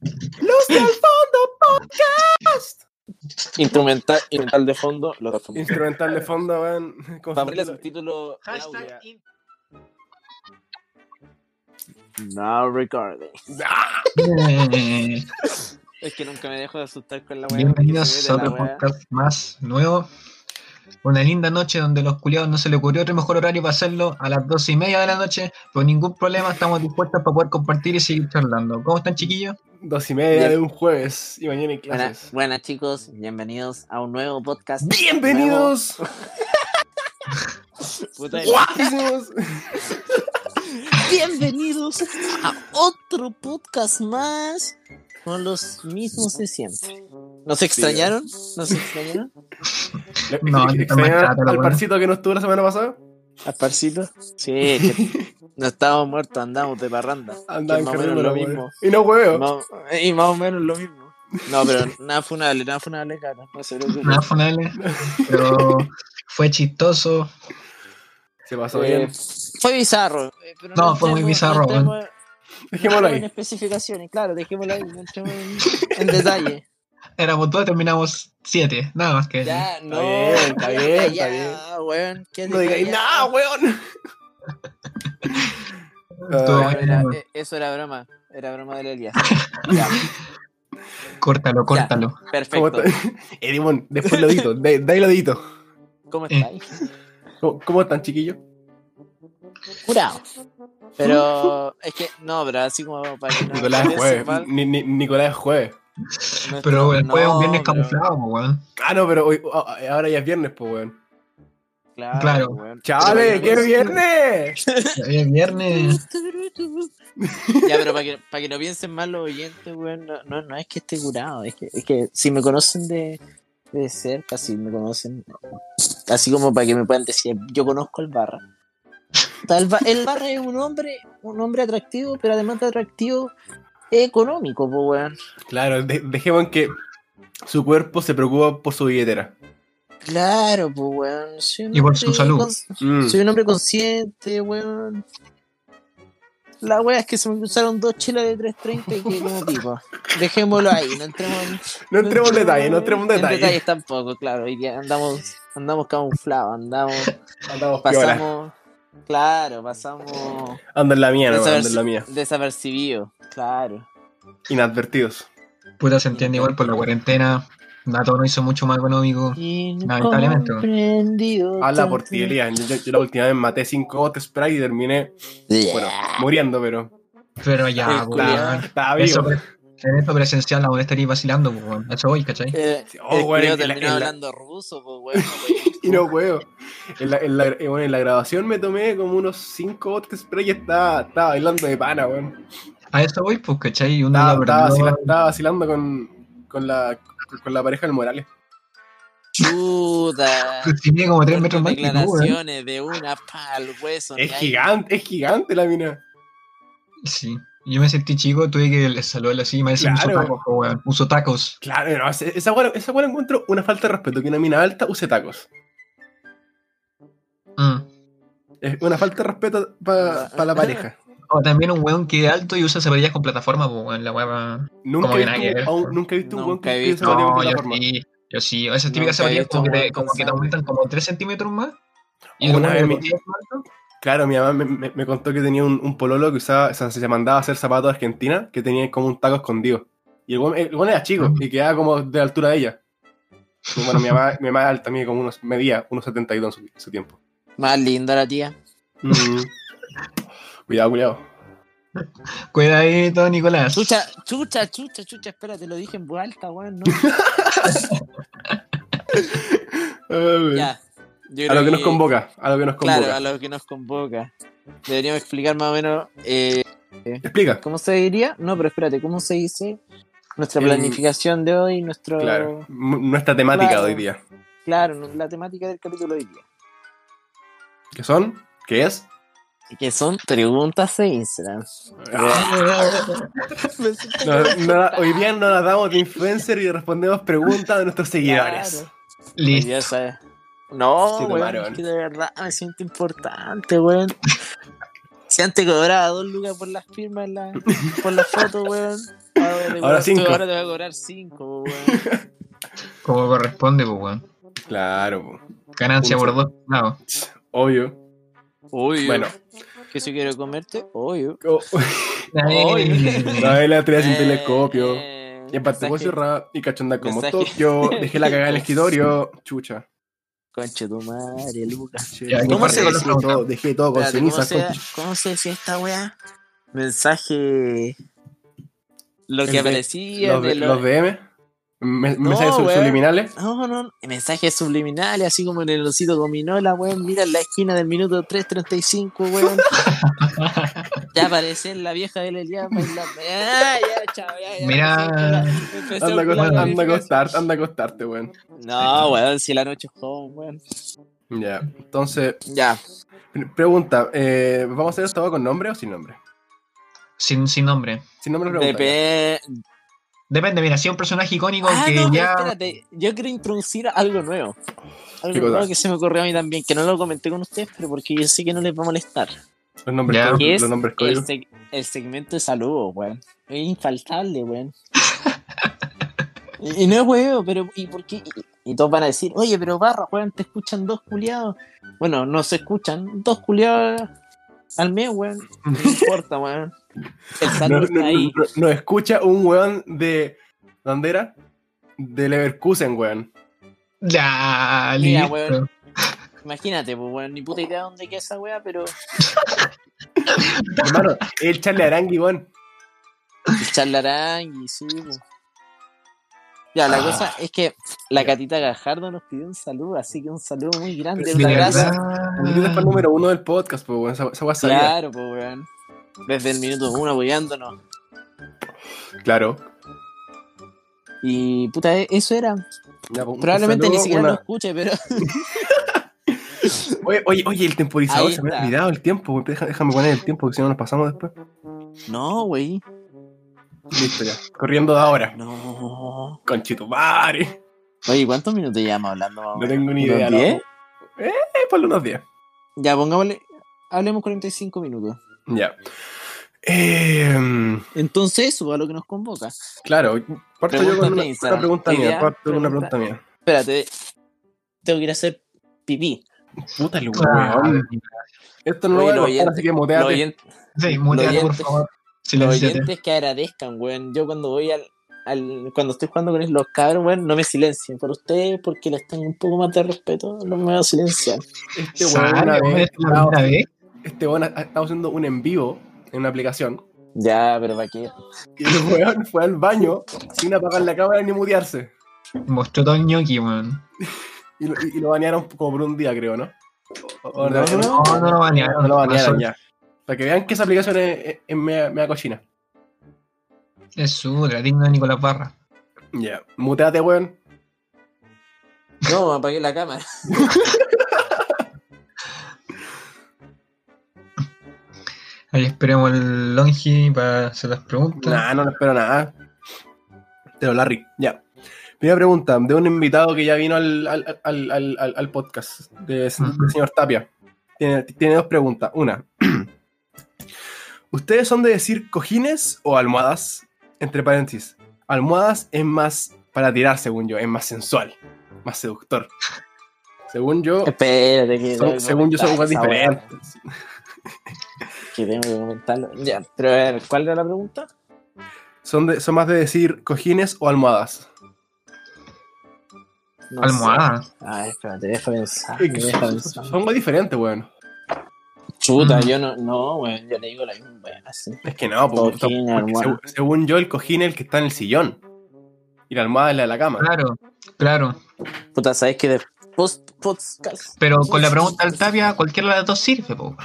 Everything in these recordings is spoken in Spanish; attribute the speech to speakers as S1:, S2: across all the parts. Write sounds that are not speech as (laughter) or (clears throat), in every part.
S1: Luz del fondo podcast.
S2: Instrumental, instrumental de fondo. Los
S3: Instrumental de fondo, weón. (laughs) Como
S2: Para abrir el
S3: si-
S2: subtítulo. el audio.
S4: Hashtag in-
S2: No recording.
S4: Eh,
S2: Es que nunca me dejo de asustar con la weá.
S4: Bienvenidos a otro podcast más nuevo. Una linda noche donde los culiados no se le ocurrió otro mejor horario para hacerlo a las doce y media de la noche. Con ningún problema, estamos dispuestos para poder compartir y seguir charlando. ¿Cómo están, chiquillos?
S3: Dos y media
S2: Bien.
S3: de un jueves y mañana hay
S2: Buenas,
S3: clases.
S2: buenas, chicos, bienvenidos a un nuevo podcast.
S3: ¡Bienvenidos!
S2: Nuevo- puta,
S3: (laughs)
S2: (laughs)
S3: ¡Guapísimos!
S2: Bienvenidos a otro podcast más con los mismos de siempre. ¿Nos extrañaron? ¿Nos extrañaron?
S3: Le-
S4: No,
S3: le-
S4: yo
S3: le-
S4: también
S3: extrañaron
S4: trato,
S3: al
S4: weón.
S3: parcito que no estuvo la semana pasada.
S2: ¿A Parcito? Sí, que no estábamos muertos, andamos de barranda.
S3: Andaban
S2: Que más o menos
S3: cargando
S2: lo
S3: la weá.
S2: mismo.
S3: Y no hueveo.
S2: Más- y más o menos lo mismo. No, pero nada funable, nada funable, cara. No se preocupe.
S4: Nada funable, pero fue chistoso.
S3: Se pasó
S2: Eh,
S3: bien.
S2: Fue bizarro. eh, pero
S4: No, fue muy
S2: entremos-
S4: bizarro,
S2: entremos-
S3: Dejémoslo
S2: en
S3: ahí.
S2: especificaciones, claro, dejémoslo ahí, no entremos en, en detalle.
S4: Éramos dos, terminamos siete, nada más que decir.
S2: Ya, no.
S3: bien, está bien, está
S2: ya,
S3: bien.
S2: weón, qué
S3: No digáis
S2: detallado.
S3: nada, weón.
S4: Estuvo
S3: Ah,
S2: Bueno,
S4: bueno,
S2: era-
S4: bueno.
S2: eh, eso era broma, era broma del Elías.
S4: Córtalo, córtalo.
S3: ¿Cómo
S2: Perfecto.
S3: está? Eh, Dimon, después lo edito. de- de ahí lo edito.
S2: ¿Cómo estáis?
S3: ¿Cómo, cómo están, chiquillos?
S2: Curado. Pero es que, no, pero así como para que no.
S3: Nicolás es
S2: eso,
S3: jueves.
S2: mal,
S3: Ni- ni- Nicolás es jueves.
S2: no
S4: Pero
S2: está-
S4: el jueves es un
S2: no,
S4: viernes
S2: pero-
S4: camuflado, po, weón.
S3: Ah, no, pero hoy, ah, ah, ahora ya es viernes, pues, weón.
S2: Claro.
S4: Claro.
S2: weón.
S3: ¡Chavales,
S2: Pero-
S3: qué
S4: (laughs)
S3: viernes!
S4: Hoy es viernes.
S2: Ya, pero para que, para que no piensen mal los oyentes, weón, no, no, no es que esté curado, es que, es que si me conocen de, de cerca, si me conocen, así como para que me puedan decir, yo conozco al barra. Puta, El, Ba- el barra es un hombre, un hombre atractivo, pero además de atractivo, es económico, pues, weón.
S3: Claro, de- dejemos que su cuerpo se preocupa por su billetera.
S2: Claro, pues, weón. soy un
S4: Y por su
S2: hombre
S4: salud.
S2: cons-
S3: Mm.
S2: Soy un hombre consciente, weón. La wea es que se me cruzaron dos chelas de 330 y que
S3: (laughs)
S2: como pico. Dejémoslo ahí, no entremos en
S3: No entremos en detalle, no entremos en detalle.
S2: detalles tampoco, claro. Hoy día andamos, andamos camuflados, andamos,
S3: (laughs) Andamos piola.
S2: pasamos, claro, pasamos
S3: Ando en la mía, no, ando en la
S2: desaperci-
S3: mía.
S2: desapercibidos, claro.
S3: Inadvertidos.
S4: Puta, se entiende igual por la cuarentena. Dato no hizo mucho más económico.
S2: Y
S4: Lamentablemente, weón.
S2: comprendido
S3: Habla por
S2: tanto.
S3: ti, Elías. Yo, yo- yo la última vez maté cinco gotes spray y terminé,
S2: Eh,
S3: bueno, muriendo, pero.
S4: Pero ya,
S2: El
S4: po,
S2: culiao.
S4: weón.
S3: Estaba
S4: Eso,
S3: vivo.
S4: pre- en esto presencial la voy a estar ahí vacilando, po, weón. Eso voy, ¿cachai?
S2: Eh, el
S3: Oh, weón,
S2: culiao
S3: en la-
S2: terminó
S3: en la-
S2: hablando ruso, pues, weón, weón.
S3: (laughs) Y no puedo. En la, en la- eh, bueno, en la grabación me tomé como unos cinco gotes spray y estaba, estaba bailando de pana, weón.
S4: A eso voy, pues, ¿cachai? Uno
S3: Estaba,
S4: la
S3: estaba
S4: verdad,
S3: vacila- estaba vacilando con, con, la, con la pareja del Morales. (laughs)
S2: Chuta.
S4: pues, tiene como tres metros más que tú, ¿eh? weón.
S2: declaraciones de una pal hueso.
S3: Es
S2: ni hay-
S3: gigante, es gigante la mina.
S4: Sí. Yo me sentí chico, tuve que le saludarle así, me decía, uso
S3: Claro.
S4: tacos, po, weón. Uso tacos.
S3: Claro, no, esa- esa weón esa weón encuentro una falta de respeto que una mina alta use tacos.
S4: Mm.
S3: Es una falta de respeto para la pareja.
S4: O también un weón que es alto y usa zapatillas con plataforma, pues, weón. La weá.
S3: Nunca
S4: (laughs) Como
S3: he
S4: que nada que ver,
S3: visto, un- nunca he visto un weón
S2: Nunca he
S3: que
S2: visto.
S3: usa
S2: Zapatillas
S4: No, yo
S3: plataforma.
S4: sí. Yo sí. O esas
S2: Nunca
S4: típicas
S2: he
S4: zapatillas
S2: visto
S4: como que,
S2: un
S4: te,
S2: weón con
S4: como que te
S2: sable.
S4: aumentan como 3 centímetros más. Y
S3: Una vez
S4: el
S3: me-
S4: weón que es alto,
S3: Claro, mi mamá me, me- me contó que tenía un, un pololo que usaba, o sea, se mandaba a hacer zapatos de Argentina, que tenía como un taco escondido. Y el weón el weón era chico y quedaba como de la altura de ella. Y bueno, mi mamá, mi mamá alta, mide como unos, medía unos 72 en su, su tiempo.
S2: Más linda la tía.
S3: Mm. (laughs) cuidado, cuidado.
S4: Cuidadito, Nicolás.
S2: Chucha, chucha, chucha, chucha. Espera, te lo dije en voz alta,
S3: (laughs)
S2: weón. No. ya. Yo
S3: A
S2: creo
S3: lo que nos convoca, a lo que nos convoca.
S2: Claro, a lo que nos convoca. Deberíamos explicar más o menos. eh,
S3: Explica.
S2: ¿Cómo se diría? No, pero espérate, ¿cómo se dice? Nuestra
S3: Em,
S2: planificación de hoy, nuestro.
S3: Claro, M- nuestra temática
S2: Claro.
S3: de hoy día.
S2: Claro, la temática del capítulo de hoy día.
S3: ¿Qué son? ¿Qué es?
S2: Que son preguntas de Instagram.
S3: Ah. Eh, No, no, hoy día no nos damos de influencer (laughs) y respondemos preguntas de nuestros seguidores.
S2: Claro. Hoy
S4: Listo.
S2: día, Pues sabe- No,
S3: Se
S2: weón,
S3: tomaron.
S2: es que de verdad me siento importante, weón. Si antes cobraba dos lucas por las firmas, en la- por las fotos, weón. Ahora, te cobro-
S3: cinco.
S2: Ahora te voy a cobrar cinco, weón.
S4: Como corresponde, pues, weón.
S3: Claro, po.
S4: Ganancia
S3: Puta.
S4: por dos lados.
S3: obvio.
S2: Obvio.
S3: Bueno,
S2: Que si quiero comerte, obvio.
S3: co-
S2: Oye.
S3: la la tarea sin
S2: Oh. Eh,
S3: telescopio.
S2: eh,
S3: Y aparte voy
S2: mensaje.
S3: cerrada y cachonda como
S2: Mensaje.
S3: Tokio. Dejé la cagada en el
S2: (laughs)
S3: escritorio. Chucha.
S2: Conche tu madre, Lucas.
S3: Che,
S4: Ya, ¿y
S2: cómo se-
S3: dejé todo, dejé todo con
S2: Espérate, ¿cómo,
S3: cenizas. (laughs)
S2: se,
S3: concha.
S2: ¿Cómo se decía esta weá? Mensaje. Lo
S3: El
S2: que
S3: de-
S2: aparecía
S3: Los,
S2: de los-
S3: los DM. me-
S2: No,
S3: Mensajes sub-
S2: weón.
S3: subliminales.
S2: No, no, mensajes subliminales, así como en el osito gominola, weón. Mira en la esquina del minuto 3.35, weón. ya aparece la vieja de Lelia bailando. Ya, ya, chao, ya, ya.
S4: Mira.
S2: Empezó
S3: Anda a
S2: el
S3: acost-
S2: plan de
S3: anda a
S2: verificación.
S3: acostarte, anda a acostarte, weón.
S2: No, weón, si la noche es joven, weón.
S3: Ya, entonces,
S2: Ya,
S3: pre- pregunta, eh, ¿vamos a hacer esto con nombre o sin nombre?
S4: sin, sin nombre.
S3: Sin nombre pregunta.
S2: DP.
S4: Depende, mira, si es un personaje icónico
S2: Ah,
S4: que
S2: no,
S4: ya.
S2: espérate, yo quiero introducir algo nuevo.
S3: ¿Qué
S2: Algo
S3: cosa?
S2: nuevo que se me ocurrió a mí también, que no lo comenté con ustedes, pero porque yo sé que no les va a molestar.
S3: ya. Los nombres,
S4: Ya.
S3: códigos,
S2: ¿Qué es
S3: los nombres
S2: El,
S3: códigos.
S2: seg- el segmento de saludos, weón. Es infaltable,
S3: (laughs)
S2: weón. y, y no es huevo, pero ¿y por qué? Y, y todos van a decir, oye, pero barra, weón, te escuchan dos culiados. Bueno, no se escuchan, dos culiados al mes, weón.
S3: (laughs)
S2: No importa, weón. El
S3: No-
S2: saludo
S3: no-
S2: está ahí.
S3: no- Nos escucha un weón de. ¿Dónde era? De Leverkusen, weón.
S4: Ya,
S2: Mira,
S4: listo.
S2: weón. Imagínate, pues, weón, ni puta idea dónde queda esa weá, pero. (laughs)
S3: Hermano, el Charlie Arangui, weón.
S2: El charlarán y sí, po. Ya,
S3: Ah.
S2: la cosa es que la Catita Gajardo nos pidió un saludo, así que un saludo muy grande,
S3: Pero
S2: un
S3: de
S2: abrazo.
S3: verdad, Maldita fue el número uno del podcast, pues, weón. Esa esa weá sabía.
S2: Claro, pues, weón. Desde el minuto uno apoyándonos.
S3: Claro.
S2: Y puta, e- eso era.
S3: Ya, pues, un- un
S2: Probablemente ni
S3: saludo,
S2: siquiera
S3: una-
S2: lo escuche, pero. (laughs)
S3: Oye, oye, oye, el temporizador
S2: Ahí
S3: se me ha
S2: está.
S3: olvidado el tiempo, weón. Deja- Déjame poner el tiempo, porque si no nos pasamos después.
S2: No, wey.
S3: Listo, ya. Corriendo de ahora.
S2: No.
S3: Conchito, madre.
S2: Oye, ¿cuántos minutos llevamos hablando? más o
S3: No
S2: menos?
S3: tengo ni
S2: ¿Unos
S3: idea. ¿no?
S2: 10?
S3: Eh, ponle unos 10.
S2: Ya, pongámosle. Hablemos 45 minutos.
S3: Ya. Em,
S2: Entonces, eso a lo que nos convoca.
S3: claro, parto yo
S2: Preguntas
S3: con una,
S2: de
S3: una
S2: Instagram.
S3: pregunta
S2: Idea,
S3: mía. Parto con una
S2: pregunta.
S3: pregunta mía.
S2: Espérate. Tengo que ir a hacer pipí.
S3: Puta el
S4: Ah,
S3: weón. Esto no lo
S2: Oye,
S3: voy a
S2: lo
S3: cortar,
S2: oyente-
S3: así que
S2: Lo
S3: moteate.
S2: oyen- Los
S4: sí, muteate, por
S2: oyentes-
S4: favor.
S2: Los
S4: Silenciate.
S2: oyentes que agradezcan, weón. Yo cuando voy al, al- cuando estoy jugando con los cabros, weón, no me silencien por ustedes porque les tengo un poco más de respeto, no me voy a silenciar.
S3: Este weón
S4: Sale,
S3: una
S4: weón,
S3: vez.
S4: es la primera vez.
S3: Este weón ha, ha estado haciendo un en vivo en una aplicación.
S2: Ya, pero para qué.
S3: Y el (laughs) weón fue al baño sin apagar la cámara ni mutearse.
S4: Mostró todo el ñoqui, weón.
S3: Y lo, y- y lo banearon como por un día, creo, ¿no? O- o-
S2: No,
S3: o-
S4: No, no lo banearon.
S3: No lo banearon
S4: pasó.
S3: ya. Para que vean que esa aplicación es, es- es media, media cochina.
S4: Es su, la digna de Nicolás Barra.
S3: Ya. Muteate, weón.
S2: No, apagué la cámara.
S4: Ahí esperemos al Longi para hacer las preguntas.
S3: Nah, no, no espero nada. Pero Larry, ya. Primera pregunta, de un invitado que ya vino al, al- al- al- al- al podcast, de, s-
S4: Ujú.
S3: del señor Tapia. Tiene, tiene dos preguntas. Una, (clears throat) ¿ustedes son de decir cojines o almohadas? Entre paréntesis, almohadas es más para tirar, según yo, es más sensual, más seductor. Según yo,
S2: (laughs) Espérate que.
S3: son-
S2: tengo que
S3: según yo
S2: comentar
S3: son cosas
S2: esa weá,
S3: diferentes.
S2: Que tengo que comentarlo. Ya, pero a ver, ¿cuál era la pregunta?
S3: Son, de- son más de decir cojines o almohadas.
S2: No
S4: Almohada.
S2: sé. Ay, espérate, deja pensar.
S3: Es que
S2: Ah, Deja
S3: son,
S2: pensar.
S3: son muy diferentes, weón.
S2: Chuta,
S4: Mm.
S2: yo no, no, weón, yo le digo la misma weá, así.
S3: Es que no, po,
S2: Cojín,
S3: porque
S2: almohada.
S3: segu- según yo, el cojín es el que está en el sillón. Y la almohada es la de la cama.
S4: Claro, claro.
S2: Puta, sabes que de post podcast.
S4: Pero con la pregunta al Tapia, cualquiera de las dos sirve, po.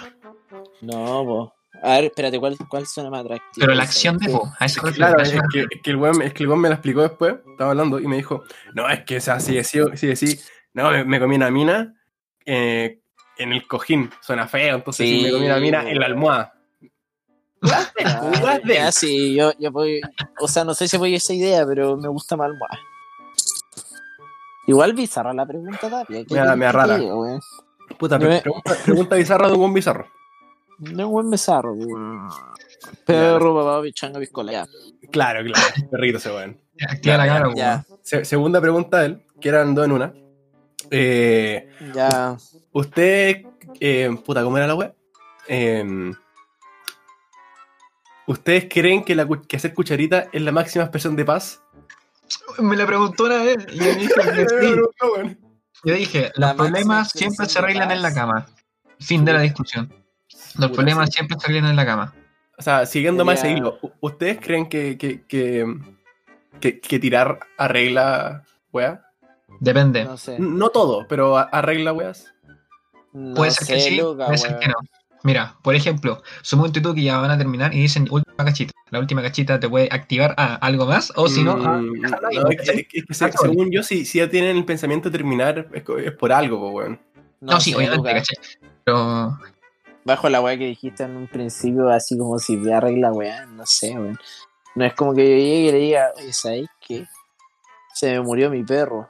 S2: No, po. A ver, espérate, ¿cuál, cuál suena más atractivo?
S4: Pero la acción de
S2: ¿Sabes
S4: po. A eso me refiero,
S3: Claro,
S4: la
S3: es
S4: acción-
S3: que, es que el weón, es que el weón me la explicó después, estaba hablando y me dijo, no, es que o sea, si decís, si decí, no, me, me comí una mina eh, en el cojín, suena feo, entonces
S2: Sí,
S3: si me comí una mina en la almohada.
S2: qué?
S3: (laughs)
S2: Ah, ya, sí, yo, yo voy- O sea, no sé si voy a esa idea, pero me gusta más almohada. Igual bizarra la pregunta, Tapia. ¿Qué-
S3: Mira, me
S2: qué
S3: rara.
S2: te digo, weón?
S3: Puta,
S2: Yo
S3: pre-
S2: me-
S3: pregunta, pregunta bizarra de un buen bizarro.
S2: No es buen bizarro, weón. Perro, babado, bichanga, biscola. Ya,
S3: Claro, claro. Perrito se weón.
S4: Ya, Activa la cara, weón.
S2: ya,
S3: Se- segunda pregunta de él, que eran dos en una. Eh,
S2: ya.
S3: usted. eh, puta, ¿cómo era la web? ¿Ustedes creen que, la, cu- que hacer cucharita es la máxima expresión de paz?
S4: Me la preguntó una vez y yo dije que
S2: (laughs)
S4: sí. Yo dije,
S2: La
S4: los problemas
S2: máxima
S4: siempre se
S2: expresión de
S4: arreglan en la
S2: paz.
S4: cama. Fin de la discusión. Los problemas siempre se arreglan en la cama.
S3: O sea, siguiendo más ese
S2: Sería-
S3: hilo, ¿u- ¿ustedes creen que, que, que, que- que tirar arregla weas?
S4: Depende.
S2: No sé.
S3: No todo, pero a- arregla weas.
S2: No
S4: Puede ser que
S2: sé,
S4: sí,
S2: Luca,
S4: puede ser
S2: weón.
S4: que no. Mira, por ejemplo, supongo tú que ya van a terminar y dicen última cachita. La última cachita te puede activar a algo más o si no, a-
S3: Mm,
S4: déjala ahí,
S3: no, es que-
S4: ¿cachai?
S3: es que- es que se-
S4: Ah, sorry.
S3: según yo, si, si ya tienen el pensamiento de terminar, es, co- es por algo, po, weón.
S4: no, sí,
S2: sé,
S4: obviamente,
S2: Luca.
S4: ¿cachai? Pero
S2: bajo la weá que dijiste en un principio, así como si me arregla weá, no sé, weón. No es como que yo llegue y le diga, oye, ¿sabes qué? Se me murió mi perro.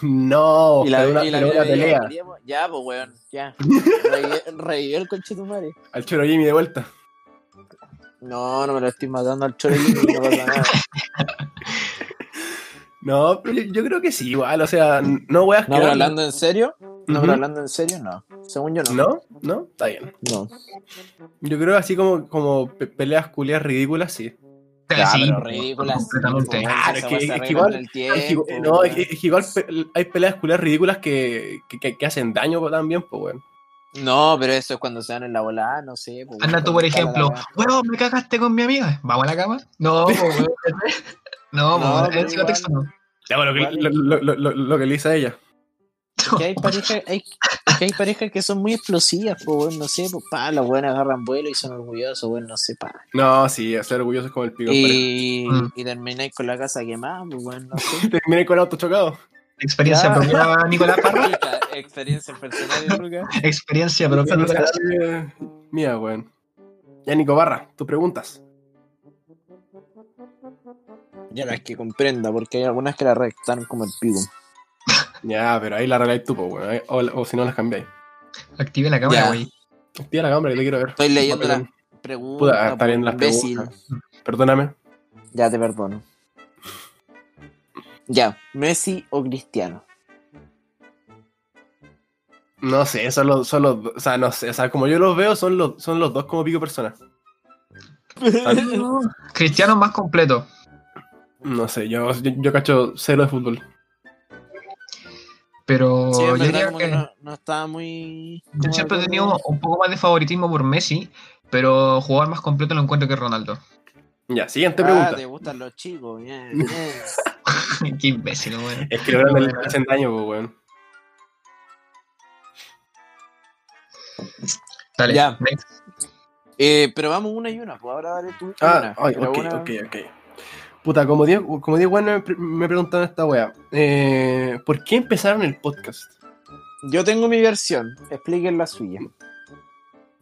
S3: No,
S2: y la,
S3: pero una,
S2: y la
S3: pero
S2: mina
S3: una
S2: le diga,
S3: pelea.
S2: "Queríamos-". Ya, pues weón, ya. Revivió- Revivió el coche tu madre.
S3: Al Choro Jimmy de vuelta.
S2: No, no me lo estoy matando al chorro y no
S4: (laughs)
S2: pasa nada.
S3: No, pero yo, yo creo que sí, igual. O sea, n- no weas
S2: No,
S3: que.
S2: pero hablando en serio, no,
S3: Ujú.
S2: pero hablando en serio, no. Según yo, no.
S3: No, no, está bien.
S2: No.
S3: Yo creo así como, como pe- peleas culias ridículas, sí.
S2: Ya,
S4: sí,
S2: pero
S4: pues,
S2: ridículas. "Ah,
S4: completamente.
S3: Claro, es que- es que igual- Es igual- no, es, que- es que igual pe- hay peleas culias ridículas que, que- que- que hacen daño también, pues, weón.
S2: No, pero eso es cuando se dan en la volada, no sé. pues,
S4: Anda tú, por
S2: cuando está la
S4: ejemplo,
S2: weá.
S4: bueno, me cagaste con mi amiga. ¿Vamos a la cama? No, po, weón.
S2: (laughs)
S4: No,
S2: No,
S4: no,
S2: pero
S4: ese contexto no.
S3: Ya, bueno, lo, que- lo- lo- lo- lo- lo que le hice a ella.
S2: que hay parejas hay, que hay parejas que son muy explosivas, pues, weón, no sé, pues, pa, las buenas agarran vuelo y son orgullosos, weón, no sé, pa.
S3: No, sí, ser orgullosos como el pico. Y...
S2: Y,
S4: Mm.
S2: y termináis con la casa quemada, pues, weón, no
S3: (laughs)
S2: sé.
S3: Terminé con el auto chocado.
S4: Experiencia
S2: Ya.
S4: propia,
S2: (laughs)
S4: Nicolás Parra.
S2: Puta, Experiencia personal, Lucas.
S4: Experiencia propia, Nicolás.
S3: Eh, Mía, weón. Ya, Nico Barra, tus preguntas.
S2: Ya no es que comprenda, porque hay algunas que la rectaron como el pico.
S3: Ya, pero ahí la arregláis tú, po, weón. Ahí- O, o si no las cambiáis.
S4: Active la cámara,
S2: Ya.
S4: güey.
S3: Hostia, la cámara que te quiero ver.
S2: Estoy leyendo
S3: Perdón.
S2: las preguntas.
S3: Puta, está bien las
S2: pues, imbécil.
S3: preguntas. Perdóname.
S2: Ya te perdono. Ya, Messi o Cristiano.
S3: No sé, son los, son los dos- O sea, no sé. O sea, como yo los veo, son los, son los dos como pico
S2: (laughs)
S3: personas.
S4: Cristiano más completo.
S3: No sé, yo, yo, yo cacho cero de fútbol.
S4: Pero
S2: Sí, en
S4: yo
S2: verdad
S4: diría
S2: como que
S4: que
S2: no, no estaba muy...
S4: yo
S2: como
S4: siempre he
S2: de acuerdo.
S4: tenido un poco más de favoritismo por Messi, pero jugador más completo lo encuentro que Ronaldo. (laughs)
S3: Ya, siguiente
S2: Ah,
S3: pregunta.
S2: te gustan los chicos, bien, (laughs) bien.
S4: Qué imbécil, güey.
S3: Es que le
S4: No,
S3: le
S4: no.
S3: hacen daño, po, weón.
S4: Dale,
S2: Ya.
S4: next.
S2: Eh, pero vamos una y una, pues ahora dale tú.
S3: Ah,
S2: una,
S3: ay,
S2: pero
S3: ok,
S2: una-
S3: ok, ok. Puta, como Dios, como Dios, bueno, me, pre- me preguntaron esta wea. Eh, ¿Por qué empezaron el podcast?
S2: Yo tengo mi versión, expliquen la suya.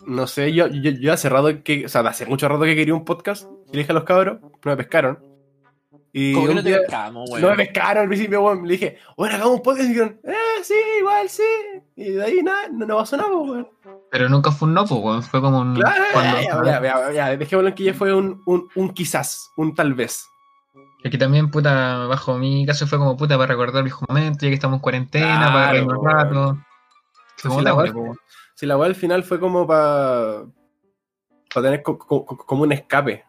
S3: No sé, yo, yo, yo hace rato que, o sea, hace mucho rato que quería un podcast, y le dije a los cabros, no me pescaron. Y
S2: ¿Cómo que
S3: un
S2: no te
S3: día-
S2: pescamos,
S3: no
S2: weón?
S3: me pescaron al principio, weón. Le dije, bueno, hagamos un podcast. Y dijeron, eh, sí, igual, sí. Y de ahí nada, no, no pasó nada, pues, weón.
S4: Pero nunca fue un no, pues, güey. Fue como un.
S3: Claro,
S4: cuando-
S3: ya, ya, ya, ya, ya, dejémoslo en que ya fue un, un, un quizás, un tal vez.
S4: Aquí también, puta, bajo mi caso fue como puta para recordar viejos momentos, ya que estamos en cuarentena, para
S3: Claro,
S4: reírnos un
S3: güey.
S4: rato. Fue como
S3: Sí, la
S4: la pues.
S3: verdad.
S4: güey, güey.
S3: Si la weá al final fue como para. Para tener co- co- co- como un escape.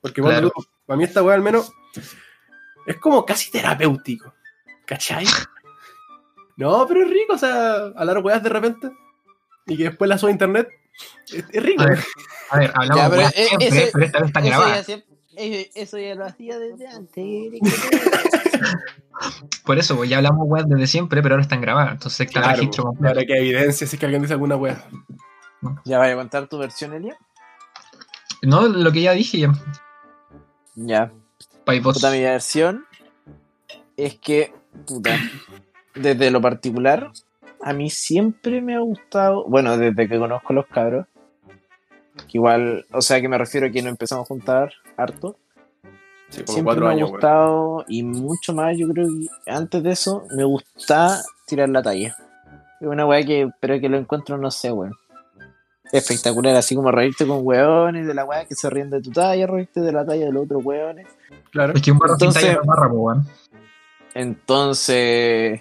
S3: Porque
S4: Claro.
S3: para mí esta weá al menos. Es como casi terapéutico. ¿Cachai?
S4: (laughs)
S3: No, pero es rico, o sea, hablar weas de repente. Y que después la suba a internet. Es, es rico.
S4: A ver, A ver, hablamos
S2: Ya, pero
S4: güey,
S2: e-
S4: siempre,
S2: ese-
S4: pero esta vez está
S2: Eso
S4: grabada.
S2: ya, siempre- eh, eso ya lo hacía desde (laughs) antes.
S4: Por eso, güey, ya hablamos güey, desde siempre, pero ahora están grabadas. Entonces está el
S3: Claro, pues.
S4: registro completo.
S3: ahora que hay evidencia, si es que alguien dice alguna wea.
S2: ¿Ya vaya a contar tu versión, Elia?
S4: No, lo que ya dije, ya.
S2: Ya.
S4: Pai, vos.
S2: Puta, mi versión es que, puta, desde lo particular, a mí siempre me ha gustado, bueno, desde que conozco a los cabros, que igual, o sea, que me refiero a que nos empezamos a juntar harto,
S3: Sí, como
S2: Siempre me
S3: cuatro
S2: ha
S3: años, weón.
S2: gustado, y mucho más, yo creo que antes de eso, me gustaba tirar la talla. Es una weá que, pero que lo encuentro, no sé, weón. Espectacular, así como reírte con weones, de la weá que se ríen de tu talla, reírte de la talla de los otros weones.
S3: Claro.
S4: Es que un barro sin
S2: Entonces-
S4: talla no amarra, po, weón.
S2: Entonces,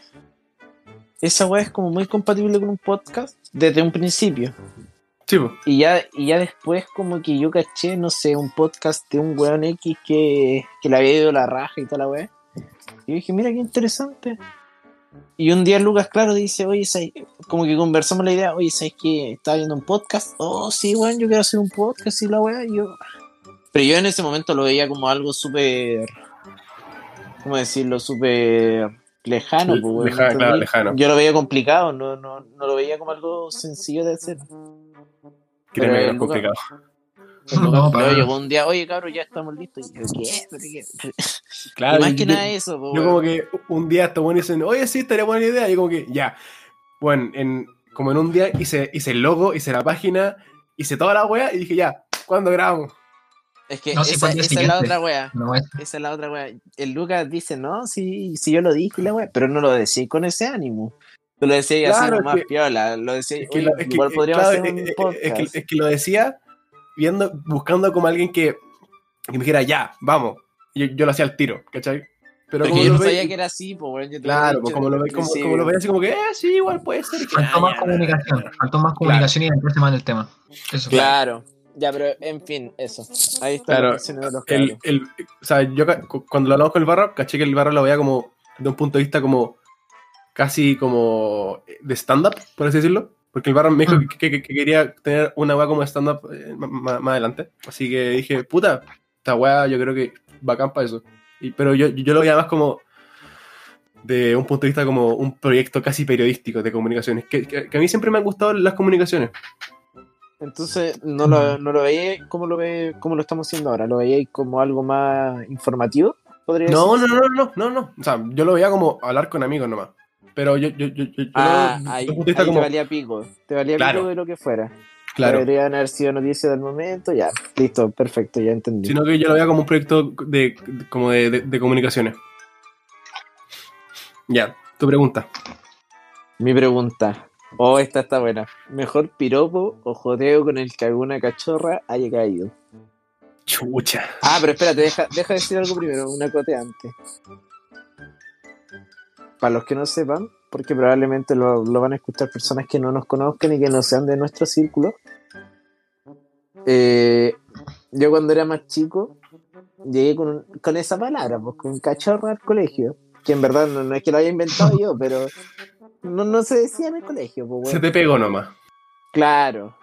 S2: esa weá es como muy compatible con un podcast desde un principio.
S3: Sí, po.
S2: Y ya, y ya después como que yo caché, no sé, un podcast de un weón X que, que le había ido la raja y tal la weá. Y yo dije, mira qué interesante. Y un día Lucas, claro, dice, oye, ¿sabes? como que conversamos la idea, oye, ¿sabes que estaba viendo un podcast? Oh, sí, weón, yo quiero hacer un podcast y la weá. Y yo... Pero yo en ese momento lo veía como algo súper, ¿cómo decirlo? Súper lejano. pues, weón,
S3: Lejano,
S2: ¿entendí?
S3: claro, lejano.
S2: Yo lo veía complicado, no, no, no lo veía como algo sencillo de hacer.
S3: Créeme
S2: el
S3: que no es
S2: Lucas-
S3: complicado.
S2: Luego
S4: No, para nada.
S2: llegó un día, oye cabrón, ya estamos listos. Y yo, ¿qué? ¿Pero qué?
S3: Claro.
S2: Y más
S3: Ah, yo-
S2: que
S3: yo-
S2: nada eso, po,
S3: Yo
S2: weón.
S3: como que un día estos buenos dicen, oye, sí, estaría buena idea. Y yo como que, ya. Bueno, en, como en un día hice, hice el logo, hice la página, hice toda la wea y dije, ya, ¿cuándo grabamos?
S2: Es que
S4: No, sí, fue
S2: esa,
S3: pues,
S4: al
S2: esa
S4: día
S2: es la
S4: siguiente.
S2: otra wea.
S4: No, es
S2: Esa es la otra wea. El Lucas dice, no, sí, sí yo lo dije, la wea. Pero no lo decía con ese ánimo. Tú lo decías
S3: Claro,
S2: así
S3: es
S2: más
S3: que-
S2: piola. Lo decía,
S3: Es que
S2: "Oye,
S3: lo- es que-
S2: igual
S3: eh,
S2: podríamos
S3: claro,
S2: hacer un
S3: eh, eh,
S2: podcast.
S3: es que- es que lo decía viendo, buscando como alguien que, que me dijera, ya, vamos. Y yo, yo lo hacía al tiro, ¿cachai? Pero
S2: Porque
S3: como
S2: yo
S3: lo
S2: no
S3: veis-
S2: sabía que era así, po, weón. Yo te lo
S3: Claro,
S2: había
S3: pues
S2: dicho
S3: como lo
S2: desde
S3: veis,
S2: el
S3: como, como lo
S2: principio.
S3: veis así como que, eh, sí, igual puede ser. que-
S4: faltó
S2: ya,
S4: más
S2: ya.
S4: comunicación. Faltó más comunicación y entrarse más en el tema. Eso fue.
S2: Claro. Ya, pero en fin, eso. Ahí está
S3: Claro,
S2: la canción de los
S3: el,
S2: cabros.
S3: el, o sea, yo ca- cu- cuando lo hablamos con el barro, caché que el barro lo veía como de un punto de vista como casi como eh, de stand-up, por así decirlo. Porque el barro me dijo
S4: Mm.
S3: que, que- que quería tener una weá como de stand-up eh, ma- ma- más adelante. Así que dije, puta, esta weá yo creo que bacán para eso. Y, pero yo, yo lo veía más como de un punto de vista como un proyecto casi periodístico de comunicaciones. Que, que- que a mí siempre me han gustado las comunicaciones.
S2: Entonces no lo, no lo veía como lo ve, como lo estamos haciendo ahora, lo veía como algo más informativo, podría
S3: No,
S2: decir.
S3: no, no, no, no, no. O sea, yo lo veía como hablar con amigos nomás. Pero yo, yo, yo, yo, yo
S2: Ah,
S3: lo-
S2: ahí,
S3: desde un punto de vista
S2: ahí
S3: como-
S2: te valía pico. Te valía
S3: Claro.
S2: pico de lo que fuera.
S3: claro.
S2: Podrían haber sido noticias del momento, ya, listo, perfecto, ya entendí.
S3: Sino que yo lo veía como un proyecto de, como de, de- de comunicaciones. Ya, tu pregunta.
S2: Mi pregunta. Oh, esta está buena. ¿Mejor piropo o jodeo con el que alguna cachorra haya caído?
S3: Chucha.
S2: Ah, pero espérate, deja, deja de decir algo primero, una cote antes. Para los que no sepan, porque probablemente lo, lo van a escuchar personas que no nos conozcan y que no sean de nuestro círculo. eh, yo cuando era más chico, llegué con, un- con esa palabra, pues, con cachorro al colegio. Que en verdad no, no es que lo haya inventado yo, pero no, no se decía en el colegio. Pues,
S3: Se
S2: weón.
S3: te pegó nomás.
S2: Claro.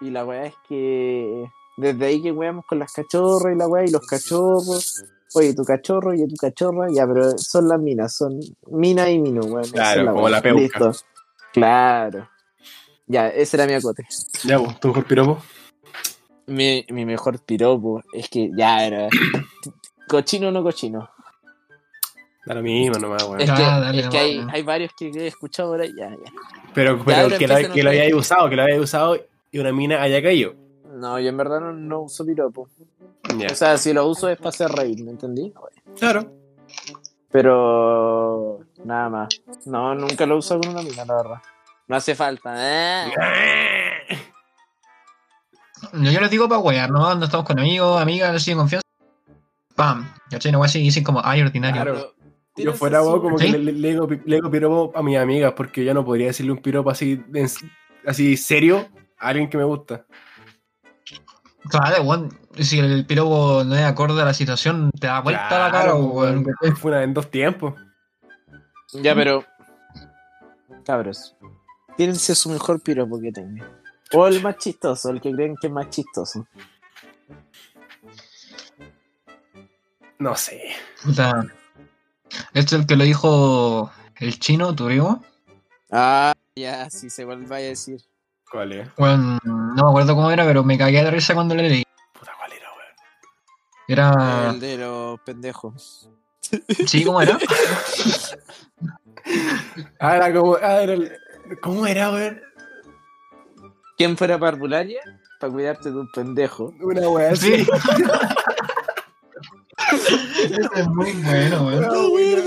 S2: Y la weá es que desde ahí que weamos con las cachorras y la weá y los cachorros. Oye, tu cachorro, oye, tu cachorra. Ya, pero son las minas, son mina y mino, weón. esa
S3: Claro,
S2: es
S3: como
S2: weá.
S3: la peuca.
S2: Listo. Claro. Ya, ese era mi acote.
S3: Ya, vos, tu mejor piropo.
S2: Mi, mi mejor piropo es que ya era. (coughs) Cochino o no cochino.
S3: Da lo mismo nomás, weón.
S2: Es que,
S4: Ah, dale,
S2: es que hay,
S4: vale.
S2: hay varios que he escuchado ahora. Ya, ya.
S3: Pero,
S2: pero
S3: pero que, lo,
S2: empiecen
S3: que lo
S2: ustedes.
S3: hayáis usado, que lo hayáis usado y una mina haya caído.
S2: No, yo en verdad no, no uso piropo.
S3: Ya.
S2: O sea, si lo uso es para hacer reír, ¿me entendí?
S3: Claro.
S2: Pero nada más. No, nunca lo uso con una mina, la verdad. No hace falta. ¿eh?
S4: No, yo les digo para wear, no, no estamos con amigos, amigas, así de confianza. Pam, ¿cachai? No voy así dicen como, ay, ordinario.
S3: Claro. Yo
S2: Tiene
S3: fuera,
S2: su-
S3: weón, como que
S4: ¿Sí?
S3: le, le- le digo, pi- le digo piropo a mis amigas, porque yo no podría decirle un piropo así, en- así serio a alguien que me gusta.
S4: Claro, weón, si el piropo no es acorde a la situación, te da vuelta la cara,
S3: Claro,
S4: weón.
S3: Fue una en dos tiempos.
S2: Ya, pero. Cabros. Tírense su mejor piropo que tengan. O el más chistoso, el que creen que es más chistoso.
S3: No sé.
S4: Puta. Este es el que lo dijo el chino, tu primo.
S2: Ah, ya, si se vuelve a decir.
S3: ¿Cuál es?
S4: Weón, no me acuerdo cómo era, pero me cagué de risa cuando le leí.
S3: Puta, ¿cuál era, weón?
S4: Era.
S2: El de los pendejos.
S4: Sí, ¿cómo era?
S3: Ah, era como. Ah, era el- ¿Cómo era, weón?
S2: ¿Quién fuera
S3: (laughs)
S2: parvularia? Para cuidarte de un pendejo.
S3: Una weá así.
S4: Sí. es muy bueno, (laughs) weón.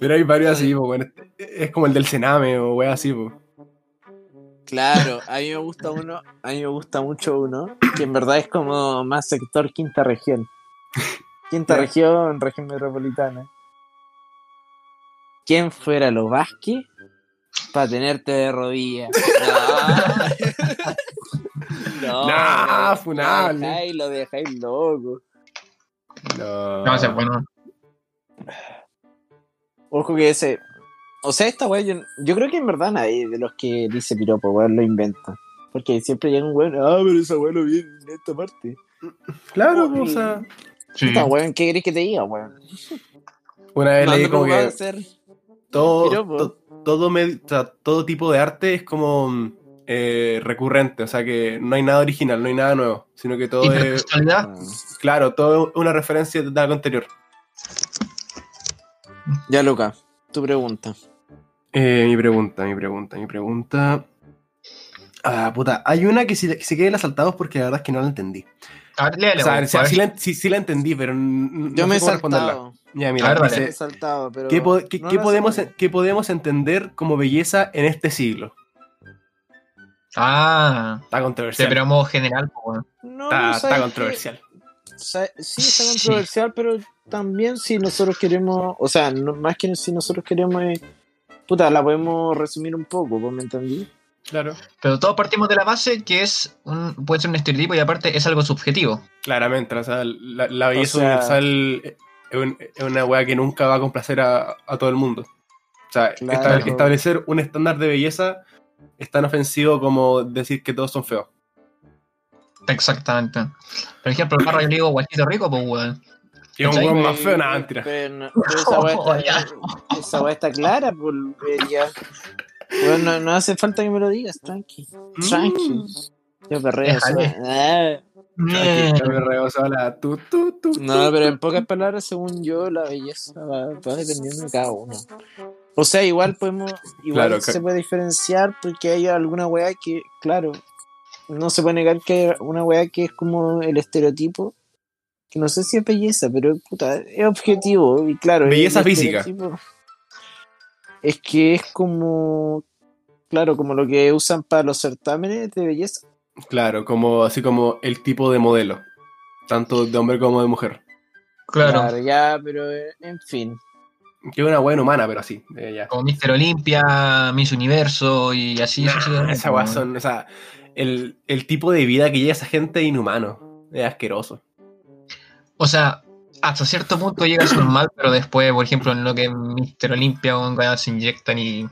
S3: Pero hay varios así, po, bueno. Es como el del Sename o weón así, po.
S2: Claro, a mí me gusta uno, a mí me gusta mucho uno, que en verdad es como más sector quinta región. Quinta
S3: Ya.
S2: región, región metropolitana. ¿Quién fuera los Vázquez para tenerte de
S3: (laughs)
S2: rodillas? No,
S3: Nah,
S2: no,
S3: funable.
S2: Lo dejáis, lo dejáis loco.
S3: No,
S4: No, ese es bueno.
S2: Ojo que ese. O sea, esta weá, yo, yo creo que en verdad nadie de los que dice piropo, weón, lo inventa. Porque siempre llega un weón, ah, pero esa weá lo vi en esta parte.
S3: Claro, po, o sea.
S4: Sí.
S2: Puta, weón, ¿qué querés que te diga, weón?
S3: Una vez
S2: No,
S3: leí
S2: no
S3: como
S2: lo va a
S3: que
S2: hacer.
S3: todo,
S2: piropo.
S3: to- todo, me- o sea, todo tipo de arte es como mm, eh, recurrente, o sea que no hay nada original, no hay nada nuevo, sino que todo es,
S4: Hipertextualidad.
S2: Mm.
S3: claro, todo es una referencia de algo anterior.
S2: Ya, Luca, tu pregunta.
S3: Eh, mi pregunta, mi pregunta, mi pregunta. Ah, puta, hay una que se, que se queden asaltados porque la verdad es que no la entendí.
S4: A ver, léale,
S3: o sea,
S4: weón,
S3: o sea,
S4: a ver.
S3: sí, la, sí- sí la entendí, pero n-
S2: Yo
S3: no
S2: me he
S3: sé cómo responderla.
S2: saltado.
S3: Ya,
S4: A
S3: mira,
S4: ver, dale.
S2: Me
S3: dice,
S2: he saltado, pero.
S3: ¿qué, po- qué-
S2: no
S3: qué
S2: la
S3: podemos,
S2: sé.
S3: qué podemos entender como belleza en este siglo?
S4: Ah,
S3: Está
S4: sí,
S3: controversial.
S4: pero a modo general, pues, po, weón.
S2: No,
S3: está,
S2: no,
S3: Ah, está
S2: ¿sabes qué?
S3: controversial.
S2: O sea, sí, está
S3: (laughs)
S4: Sí.
S2: controversial, pero también si nosotros queremos, o sea, no- más que si nosotros queremos, eh, puta, la podemos resumir un poco, ¿vos me entendí?
S3: Claro.
S4: Pero todos partimos de la base que es un, puede ser un estereotipo y aparte es algo subjetivo.
S3: Claramente, o sea, la, la belleza
S2: O sea-
S3: universal es, un- es una weá que nunca va a complacer a, a todo el mundo. O sea,
S2: Claro.
S3: estab- establecer un estándar de belleza es tan ofensivo como decir que todos son feos.
S4: Exactamente. Por ejemplo, el barro yo le digo guachito rico, pues weón.
S3: Y un
S4: ¿Cachai?
S3: weón más feo, nada,
S2: Pero-
S3: mentira.
S2: pero no- pero esa
S3: (laughs)
S2: weá
S4: Oh,
S2: está, esa weá está clara, pues, eh, ya. Bueno, no, no hace falta que me lo digas, tranqui,
S3: Mm.
S2: tranqui. Mm. Yo perreo, o sea, ah.
S3: Aquí está mi reo, sola, tu, tu, tu,
S2: No,
S3: tu.
S2: pero en pocas palabras, según yo, la belleza va, va dependiendo de cada uno. O sea, igual podemos, igual
S3: Claro, ca-
S2: se puede diferenciar porque hay alguna weá que, claro, no se puede negar que hay una weá que es como el estereotipo, que no sé si es belleza, pero puta, es objetivo, y claro. el
S3: Belleza física.
S2: estereotipo Es que es como, claro, como lo que usan para los certámenes de belleza.
S3: Claro, como así como el tipo de modelo, tanto de hombre como de mujer.
S4: Claro.
S2: ya, pero eh, en fin.
S3: Que es una buena humana, pero así. eh, ya.
S4: Como Mister Olimpia, Miss Universo y así.
S3: Nah,
S4: sucesivamente, pues,
S3: esa weá
S4: weón.
S3: son- o sea, el, el tipo de vida que lleva esa gente es inhumano, es asqueroso.
S4: O sea, hasta cierto punto llega a ser normal, pero después, por ejemplo, en lo que es Mister Olimpia, weón, weón, se inyectan y.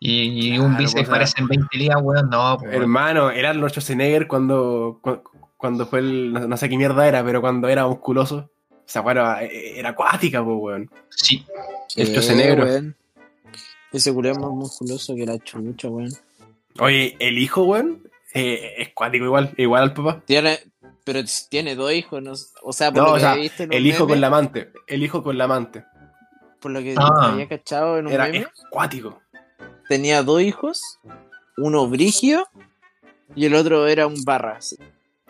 S4: Y, y un
S3: Claro,
S4: bíceps
S3: pues, o sea,
S4: parecen 20 ligas, weón. No, pues, weón.
S3: Hermano, era Arnold Schwarzenegger cuando, cu- cuando fue el. No, no sé qué mierda era, pero cuando era musculoso. Esa weá era- eh, era acuática, pues, weón.
S4: Sí.
S3: El
S2: Eh,
S3: chocenegro.
S2: weón. Ese culo es más musculoso que la chucha, weón.
S3: Oye, el hijo, weón, eh, es cuático igual, igual al papá.
S2: Tiene, pero t- tiene dos hijos, no, s- o sea, por
S3: No,
S2: lo
S3: o
S2: que
S3: sea,
S2: viste en un
S3: El hijo
S2: meme,
S3: con la amante. El hijo con la amante.
S2: por lo que
S4: Ah.
S2: había cachado en un
S3: Era
S2: meme,
S3: es cuático.
S2: tenía dos hijos, uno brigio y el otro era un barra. sí.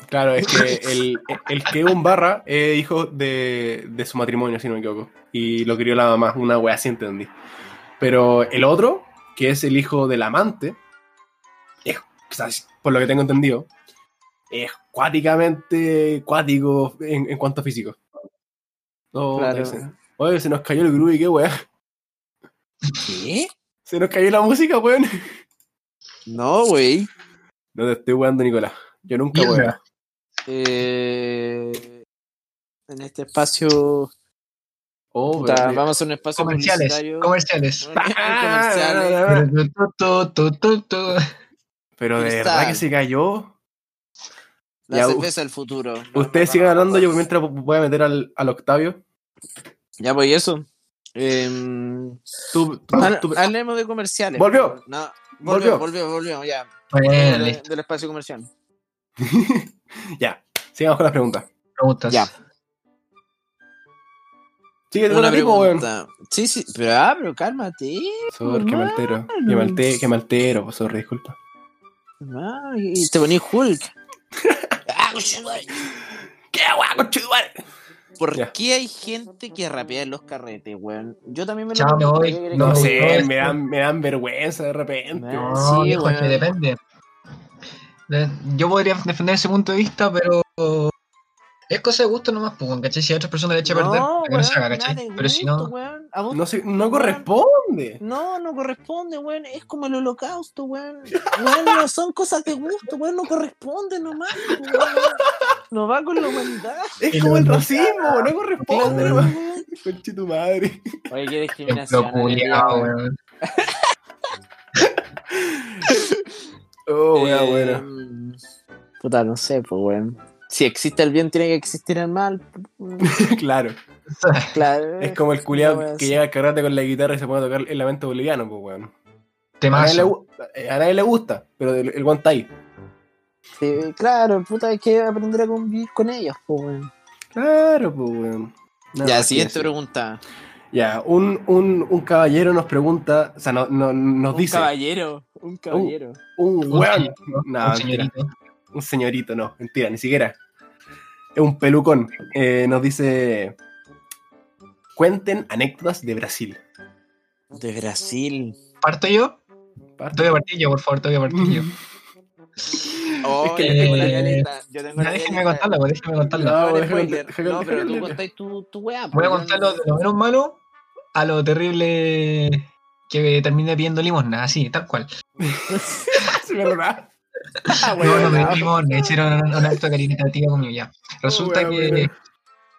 S3: Claro, es que el, el que es un barra es hijo de, de su matrimonio, si no me equivoco. Y lo crió la mamá, una wea así entendí. Pero el otro, que es el hijo del amante, es, o sea, por lo que tengo entendido, es cuáticamente cuático en, en cuanto a físico. No,
S2: Claro.
S3: se- Oye, se nos cayó el groovy, qué wea.
S2: ¿Qué?
S3: Se nos cayó la música, weón.
S2: No, wey.
S3: No te estoy weando, Nicolás. Yo nunca
S4: Mierda.
S3: weo.
S2: Eh, en este espacio,
S3: Oh,
S2: puta,
S3: pero-
S2: vamos a un espacio
S4: Comerciales.
S2: publicitario.
S4: Comerciales.
S2: No, (laughs)
S3: Ah, (laughs)
S2: comerciales.
S4: Tu, tu, tu, tu, tu.
S3: Pero de
S2: Cristal.
S3: verdad que se cayó.
S2: La
S3: Ya, u-
S2: cerveza del futuro. No,
S3: Ustedes
S2: no,
S3: sigan
S2: no, no,
S3: hablando,
S2: no.
S3: yo mientras voy a meter al, al Octavio.
S2: Ya, pues y eso. Em,
S3: Tú, tú-
S2: Hable-
S3: tú-
S2: Hablemos de comerciales.
S3: Volvió.
S2: No,
S3: Volvió.
S2: volvió, volvió, volvió, ya.
S4: Bueno,
S2: De-
S4: listo.
S2: del espacio comercial.
S3: (laughs) ya, sigamos con las preguntas.
S4: Preguntas.
S2: Ya.
S3: Sigue con
S2: Una
S3: la tipo, weón.
S2: pregunta. Sí, sí, pero, ah, pero cálmate.
S3: Sorry, que me altero. Que me altero, que me altero, pues, sorry, disculpa. (laughs)
S2: hermano, Y te poní Hulk. Ah, coche, güey. ¿Qué, weón, conchetumare? ¿Por
S3: Ya.
S2: qué hay gente que rapea en los carretes, weón? Yo también me lo
S4: Chao, me voy.
S2: ¿Qué querés
S3: No
S2: que te diga?
S3: sé,
S4: esto.
S3: me dan, me dan vergüenza de repente.
S2: Ah,
S4: No,
S2: sí,
S4: viejo, es que
S2: weón.
S4: depende. De- Yo podría defender ese punto de vista, pero es cosa de gusto nomás, pues, ¿cachai? Si a otras personas le echa a perder,
S2: No,
S4: que no se
S2: weón,
S4: haga,
S2: nada
S4: ¿cachai?
S2: de
S4: Pero si
S2: gusto,
S4: no,
S2: weón. ¿A vos
S3: No, sé, no corresponde.
S2: No, no corresponde, weón. Es como el holocausto, weón. Weón, no son cosas de gusto, weón. No corresponde nomás, weón. No va con la humanidad.
S3: Es
S4: Y
S3: como
S4: lo-
S3: el racismo, no corresponde.
S2: Claro,
S3: hermano.
S2: weón.
S3: Conche tu madre.
S2: Oye, qué discriminación.
S4: lo
S2: hoy día,
S4: culiao,
S2: weón.
S4: weón.
S3: Oh, weá, bueno. (laughs)
S2: Em, Puta, no sé, pues, weón. Si existe el bien, tiene que existir el mal.
S3: Claro.
S2: Claro.
S3: (laughs) Es como el culiado
S2: no, weón,
S3: que
S2: sí.
S3: llega al carrete con la guitarra y se pone a tocar el lamento boliviano, pues, weón. A nadie, le,
S4: (laughs) Temazo.
S3: gu- a nadie le gusta, pero el, el guante ahí.
S2: Sí, claro, puta, hay que aprender a convivir con ellos, pues, weón.
S3: Claro, pues, weón. Nada
S2: ya,
S3: más que
S2: siguiente
S3: decir.
S2: pregunta.
S3: Ya, un, un, un caballero nos pregunta, o sea, no, no- nos
S2: un
S3: dice,
S2: caballero, un caballero.
S3: un
S4: Un
S3: weón,
S4: señorito,
S3: No,
S4: un
S3: mentira.
S4: señorito.
S3: un señorito, no, mentira, ni siquiera. Es un pelucón. Eh, nos dice, cuenten anécdotas de Brasil.
S2: De Brasil.
S4: ¿Parto yo? Te
S3: Parte.
S4: voy a partir yo, por favor, te voy a partir
S3: Mm.
S4: yo.
S2: Oh,
S3: Es que
S2: yo
S4: le-
S2: tengo la violeta. Yo tengo
S4: Ya,
S2: la
S4: déjenme
S2: violeta.
S4: contarla, pues, déjenme contarla.
S2: No,
S3: No,
S2: eres
S3: déjame-
S2: spoiler.
S3: déjame-
S2: No, pero tú
S3: déjame-
S2: contáis tu, tu weá.
S4: Voy
S2: pues,
S4: a
S2: yo
S4: contarlo de lo menos malo a lo terrible que terminé pidiendo limosna, así, tal cual.
S3: Sí, ¿verdad?
S2: Ah,
S4: No, no
S3: Bueno,
S4: (laughs) pedí limosna, hicieron un, un acto caritativo conmigo ya. Resulta
S3: bueno,
S4: que
S3: bueno.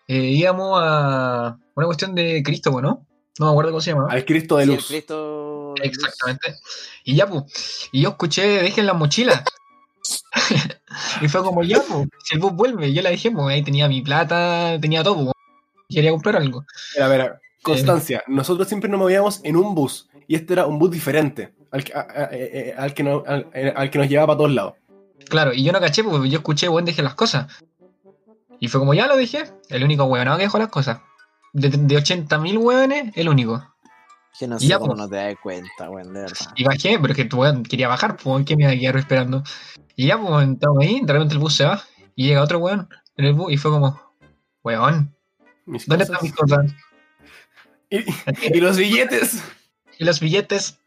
S4: eh, íbamos a una cuestión de Cristo, ¿no? No me acuerdo cómo se llama.
S3: Al Cristo de
S2: Sí, el
S3: luz.
S2: Cristo de luz.
S4: Exactamente. Y ya, pues. Y yo escuché, dejen las mochilas. (laughs) y fue como, ya, pues, si el bus vuelve, yo la dejé, pues, ahí tenía mi plata, tenía todo, pues. Quería comprar algo.
S3: Mira, a
S2: Eh.
S3: ver, constancia. Nosotros siempre nos movíamos en un bus. Y este era un bus diferente al que, a- a- eh, eh, al que, no- al- eh, al que nos llevaba para todos lados.
S4: Claro, y yo no caché, porque yo escuché, weón, dejé las cosas. Y fue como, ya lo dije, el único weón que dejó las cosas. De, de 80.000 weones, el único.
S2: Que no
S4: Y
S2: sé
S4: ya,
S2: cómo
S4: pues.
S2: no te das cuenta, weón, de verdad.
S4: Y bajé, pero es que tu weón quería bajar, pues weón, que me iba a quedar esperando. Y ya, pues entramos ahí, de repente el bus se va. Y llega otro weón en el bus y fue como, weón,
S3: Mis
S4: ¿dónde
S3: cosas.
S4: están mis cosas?
S3: Y, y los billetes.
S4: Y los billetes.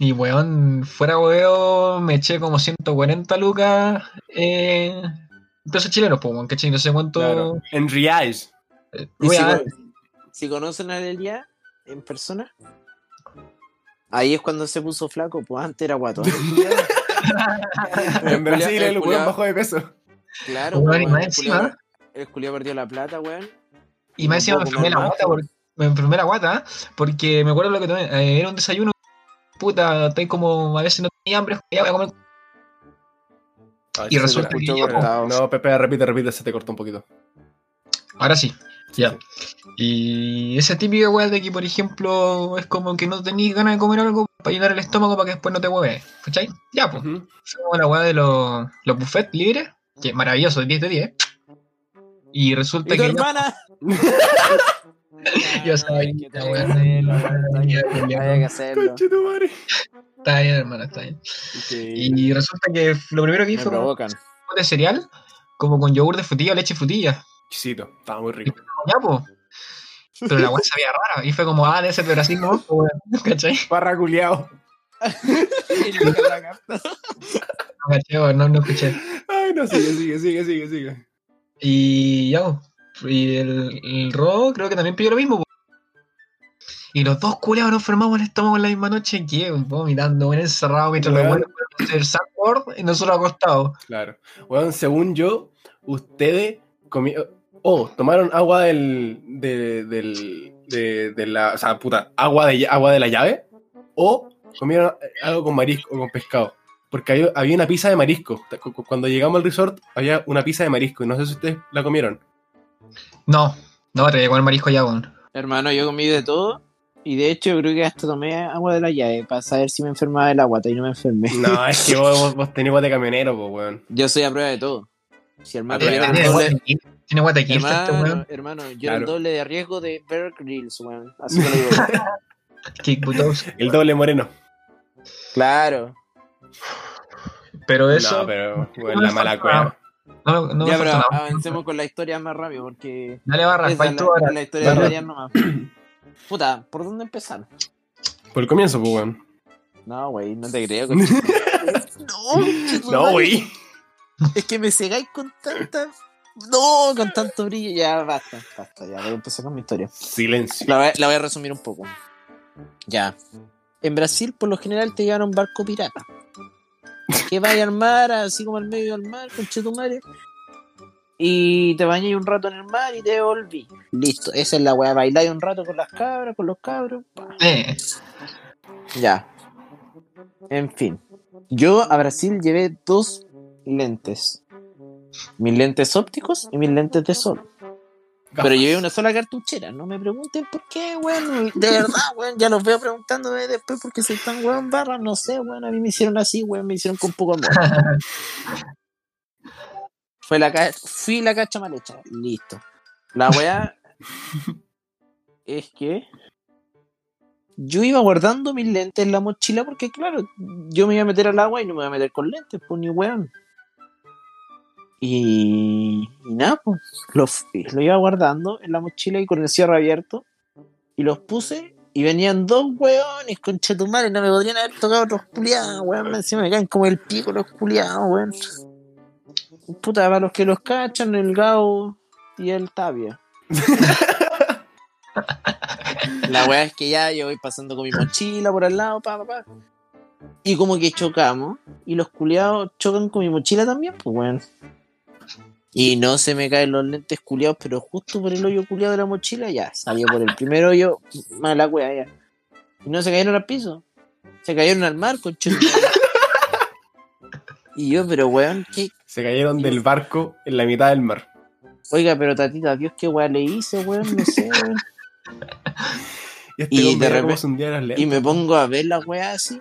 S4: Y weón, fuera weón, me eché como 140 lucas. Eh, pesos chilenos, pues weón, ¿cachai? No sé cuánto.
S3: Claro, En reais.
S4: eh,
S2: Y si,
S4: weón,
S2: con- si conocen a Delia en persona, ahí es cuando se puso flaco, pues antes era
S4: (laughs)
S2: guato.
S3: (laughs) En Brasil el weón bajó de peso.
S2: Claro,
S4: Weón,
S2: pues,
S4: y más
S2: el culiao-
S4: encima- ¿eh?
S2: El culiao perdió la plata, weón.
S4: Y me
S2: No
S4: encima
S2: puedo
S4: me
S2: comer
S4: enfermé la
S2: más,
S4: guata, por- me enfermé la guata, porque me acuerdo lo que tomé, eh, era un desayuno, puta, estoy como, a veces no tenía hambre, ya voy a comer. Y resulta que
S2: escuchó
S4: yo-
S2: cortado.
S3: No, Pepe, repite, repite, se te cortó un poquito.
S4: Ahora sí, ya. Y esa típica weá de que, por ejemplo, es como que no tenéis ganas de comer algo para llenar el estómago para que después no te hueves, ¿cachai? Ya, pues.
S3: Ujú.
S4: Fue como la weá de los, los buffets libres, que maravilloso, 10 de 10. Y resulta
S2: ¿Y tu
S4: que. ya-
S2: hermana?
S4: (laughs) Yo sabía,
S2: Ay, que tenía que
S4: weón.
S2: hacerlo, weón, había que- había que hacerlo.
S3: Conche tu madre.
S4: Está bien, hermano, está bien.
S3: Increíble.
S4: Y resulta que lo primero que
S2: Me
S4: hice fue
S2: provocan.
S4: yogur de cereal, como con yogur de frutilla, leche y frutilla.
S3: Chisito, estaba muy rico.
S4: Ya, po. Pero la weá sabía rara. Y fue como, ah, de ese pero así
S2: (laughs)
S4: no, po, weón. ¿cachai?
S3: Barraculeado.
S4: No, caché, weón, no, no escuché.
S3: Ay, no, sigue, sigue, sigue, sigue, sigue.
S4: Y ya, po. Y el, el Ro creo que también pidió lo mismo, po. Y los dos culeados nos enfermamos el estómago en la misma noche, que vomitando, weón, encerrado, mientras los
S3: Weón.
S4: buenos fueron a hacer Sanford y nosotros acostados.
S3: Claro. Bueno, según yo, ustedes comieron. Oh, tomaron agua del. De, del. De, de la. O sea, puta, agua de, agua de la llave. O comieron algo con marisco o con pescado. Porque había, había una pizza de marisco. Cu- cu- Cuando llegamos al resort, había una pizza de marisco. Y no sé si ustedes la comieron.
S4: No, no, te llegó el marisco ya, weón.
S2: Hermano, yo comí de todo. Y de hecho, creo que hasta tomé agua de la llave para saber si me enfermaba de la guata y no me enfermé.
S3: No, es que vos, vos, vos tenés guata de camionero, pues, weón.
S2: Yo soy a prueba de todo. Si hermano,
S3: A
S2: yo
S3: prueba
S2: era el
S3: de
S4: Eh, Tiene
S2: doble,
S3: todo.
S4: guata aquí, tiene guata aquí, este weón.
S2: hermano, hermano, yo era el
S3: Claro.
S2: doble de riesgo de Bear Grylls, weón. Así que lo digo.
S4: Qué putos.
S3: El doble moreno.
S2: (laughs) claro.
S4: Pero eso.
S3: No, pero, weón, la mala cueva.
S4: No, no
S2: ya,
S4: me
S2: pero
S4: falta nada.
S2: avancemos con la historia más rápido porque.
S4: Dale barra,
S2: esa es
S4: vais
S2: la,
S4: tú ahora.
S2: la historia de
S3: Dale.
S2: Mariano nomás. Puta, ¿por dónde empezar?
S3: Por el comienzo, pues, weón.
S2: No, güey, (laughs) no te creo. conche- no, conche tu
S3: No,
S2: madre.
S3: güey.
S2: Es que me cegáis con tanta. No, con tanto brillo. Ya, basta, basta. Ya voy a empezar con mi historia.
S3: Silencio.
S2: La voy, a- la voy a resumir un poco. Ya. En Brasil, por lo general, te llevan a un barco pirata. Que vaya al mar, así como al medio del mar, con madre. Y te bañas un rato en el mar y te volví. Listo, esa es la weá. Bailáis un rato con las cabras, con los cabros. pa.
S4: Eh,
S2: Ya. En fin. Yo a Brasil llevé dos lentes. Mis lentes ópticos y mis lentes de sol. Pero llevé una sola cartuchera. No me pregunten por qué, weón. De verdad, weón. Ya los veo preguntándome después porque soy tan weón barra. No sé, weón. A mí me hicieron así, weón. Me hicieron con poco amor. (laughs) Fue la ca- fui la cacha mal hecha. Listo. La (laughs) weá es que yo iba guardando mis lentes en la mochila porque, claro, yo me iba a meter al agua y no me iba a meter con lentes, pues ni weón. Y, y nada, pues lo, fui- lo iba guardando en la mochila y con el cierre abierto. Y los puse y venían dos weones, concha tu madre, no me podrían haber tocado los culiados, weón. Encima me caen como el pico los culiados, weón. Puta, para los que los cachan, el Gao y el Tapia. La weá es que ya yo voy pasando con mi mochila por al lado, pa, pa, pa. Y como que chocamos. Y los culiados chocan con mi mochila también, pues weón. Y no se me caen los lentes culiados, pero justo por el hoyo culiado de la mochila, ya, salió por el primer hoyo, mala wea, ya. Y no se cayeron al piso, se cayeron al mar, conchón. y yo, pero weón, ¿qué?
S3: Se cayeron del barco en la mitad del mar.
S2: Oiga, pero tatita, Dios, qué wea le hice, weón, no sé, weón.
S3: Y este
S2: Y de
S3: hombre era como
S2: repente-
S3: se hundía en las
S2: Y
S3: lentes.
S2: me pongo a ver la weá así.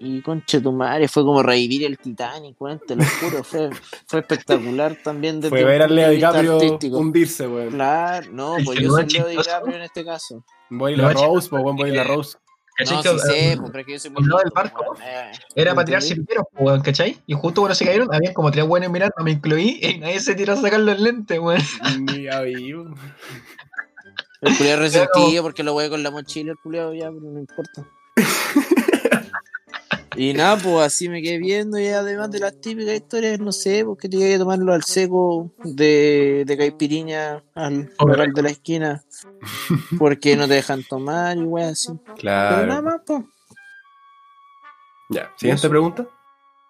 S2: Y conche tu madre, fue como revivir el Titanic, weón, te lo juro, fue, fue espectacular también desde
S3: Fue
S2: un
S3: ver a
S2: punto
S3: Leo
S2: de vista
S3: DiCaprio
S2: artístico.
S3: hundirse, weón.
S2: Claro, no,
S4: El
S2: pues
S4: que
S2: yo
S4: no
S2: soy
S4: es
S2: Leo
S4: chistoso.
S2: DiCaprio en este caso.
S3: Voy
S4: Lo
S3: la
S4: va a
S3: Rose, pues, weón, voy la Rose.
S4: ¿cachai
S2: No,
S4: que,
S2: sí sé,
S4: eh,
S2: pues, pero es que yo soy muy
S4: al lado del
S2: listo,
S4: barco,
S2: pues, weón, eh.
S4: era para tirar
S2: ¿Entendí?
S4: silveros, pues, weón, ¿cachai? Y justo cuando se cayeron, había como tres buenos mirando, me incluí y nadie se tiró a sacar los lentes, weón.
S3: Ni a vivo.
S2: El culiado resentido porque lo voy con la mochila, el culiado ya, pero no importa. y nada, pues así me quedé viendo y además de las típicas historias, no sé, porque tenía que tomarlo al seco de, de caipiriña al local de la esquina. Porque no te dejan tomar y weón así. Pero nada
S3: Claro.
S2: más, pues.
S3: Ya, siguiente pregunta.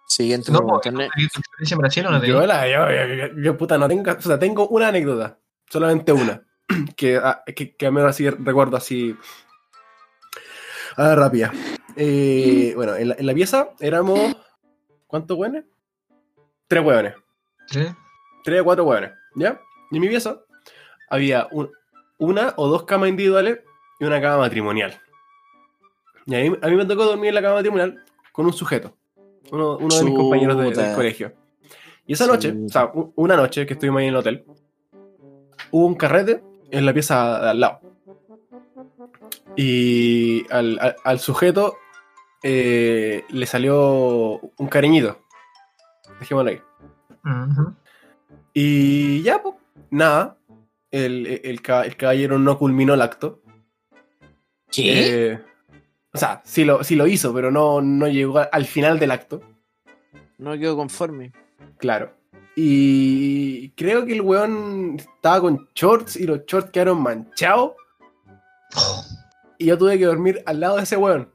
S2: Siguiente
S4: No,
S2: pregunta.
S4: pues,
S2: ¿no?
S4: ¿tuviste experiencia en Brasil o no
S3: Yo,
S4: tenías?
S3: la, yo, yo- yo- yo, puta, no tengo, o sea, tengo una anécdota, solamente una, (clears throat) que, ah, que, que al menos así recuerdo así. Ah, rápida.
S2: Mm.
S3: Eh, bueno, en la, en la pieza éramos, ¿cuántos hueones? Tres hueones,
S4: ¿Sí?
S3: tres o cuatro hueones, ¿ya? Y en mi pieza había un- una o dos camas individuales y una cama matrimonial. Y a mí, a mí me tocó dormir en la cama matrimonial con un sujeto, uno, uno de mis compañeros de- del
S2: Chuta.
S3: colegio. Y esa noche,
S2: Sí.
S3: o sea, u- una noche que estuvimos ahí en el hotel, hubo un carrete en la pieza de al lado. Y al, al- al sujeto eh, le salió un cariñito. Dejémoslo ahí.
S4: Ujú.
S3: Y ya, pues, nada. El, el ca- el caballero no culminó el acto.
S2: ¿Qué?
S3: Eh, o sea, sí lo, sí lo hizo, pero no, no llegó al final del acto.
S2: No quedo conforme.
S3: Claro. Y creo que el weón estaba con shorts y los shorts quedaron manchados. Y yo tuve que dormir al lado de ese weón.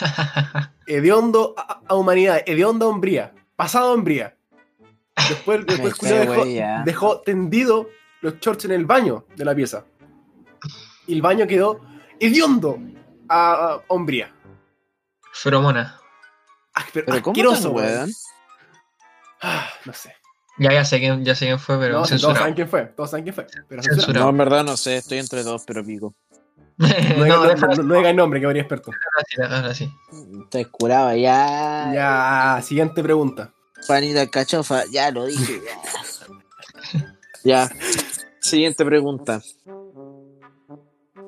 S4: (laughs)
S3: Hediondo a, a humanidad, hediondo a hombría, pasado a hombría. Después,
S2: (laughs)
S3: después
S2: Me
S3: culiao
S2: cago
S3: dejó,
S2: ya.
S3: dejó tendido los shorts en el baño de la pieza. Y el baño quedó hediondo a, a hombría.
S4: Feromona.
S3: Ah, pero
S2: Pero ¿cómo
S3: asqueroso,
S2: tan,
S3: weón.
S2: weón?
S3: Ah, no sé.
S4: Ya, ya sé quién, ya sé quién fue, pero
S3: No, sí, todos saben
S4: (laughs) censurado.
S3: quién fue, todos saben quién fue. Pero
S4: Censurado.
S3: censurado.
S2: No, en verdad no sé, estoy entre dos, pero pico.
S3: No,
S4: no,
S3: diga- no,
S4: déjalo
S3: no- no diga el nombre, que habría experto.
S4: así, déjalo así.
S2: Te curaba Ah, ya.
S3: Ya, siguiente pregunta.
S2: Panita cachofa, ya lo dije.
S3: (laughs)
S2: Ya. Siguiente pregunta.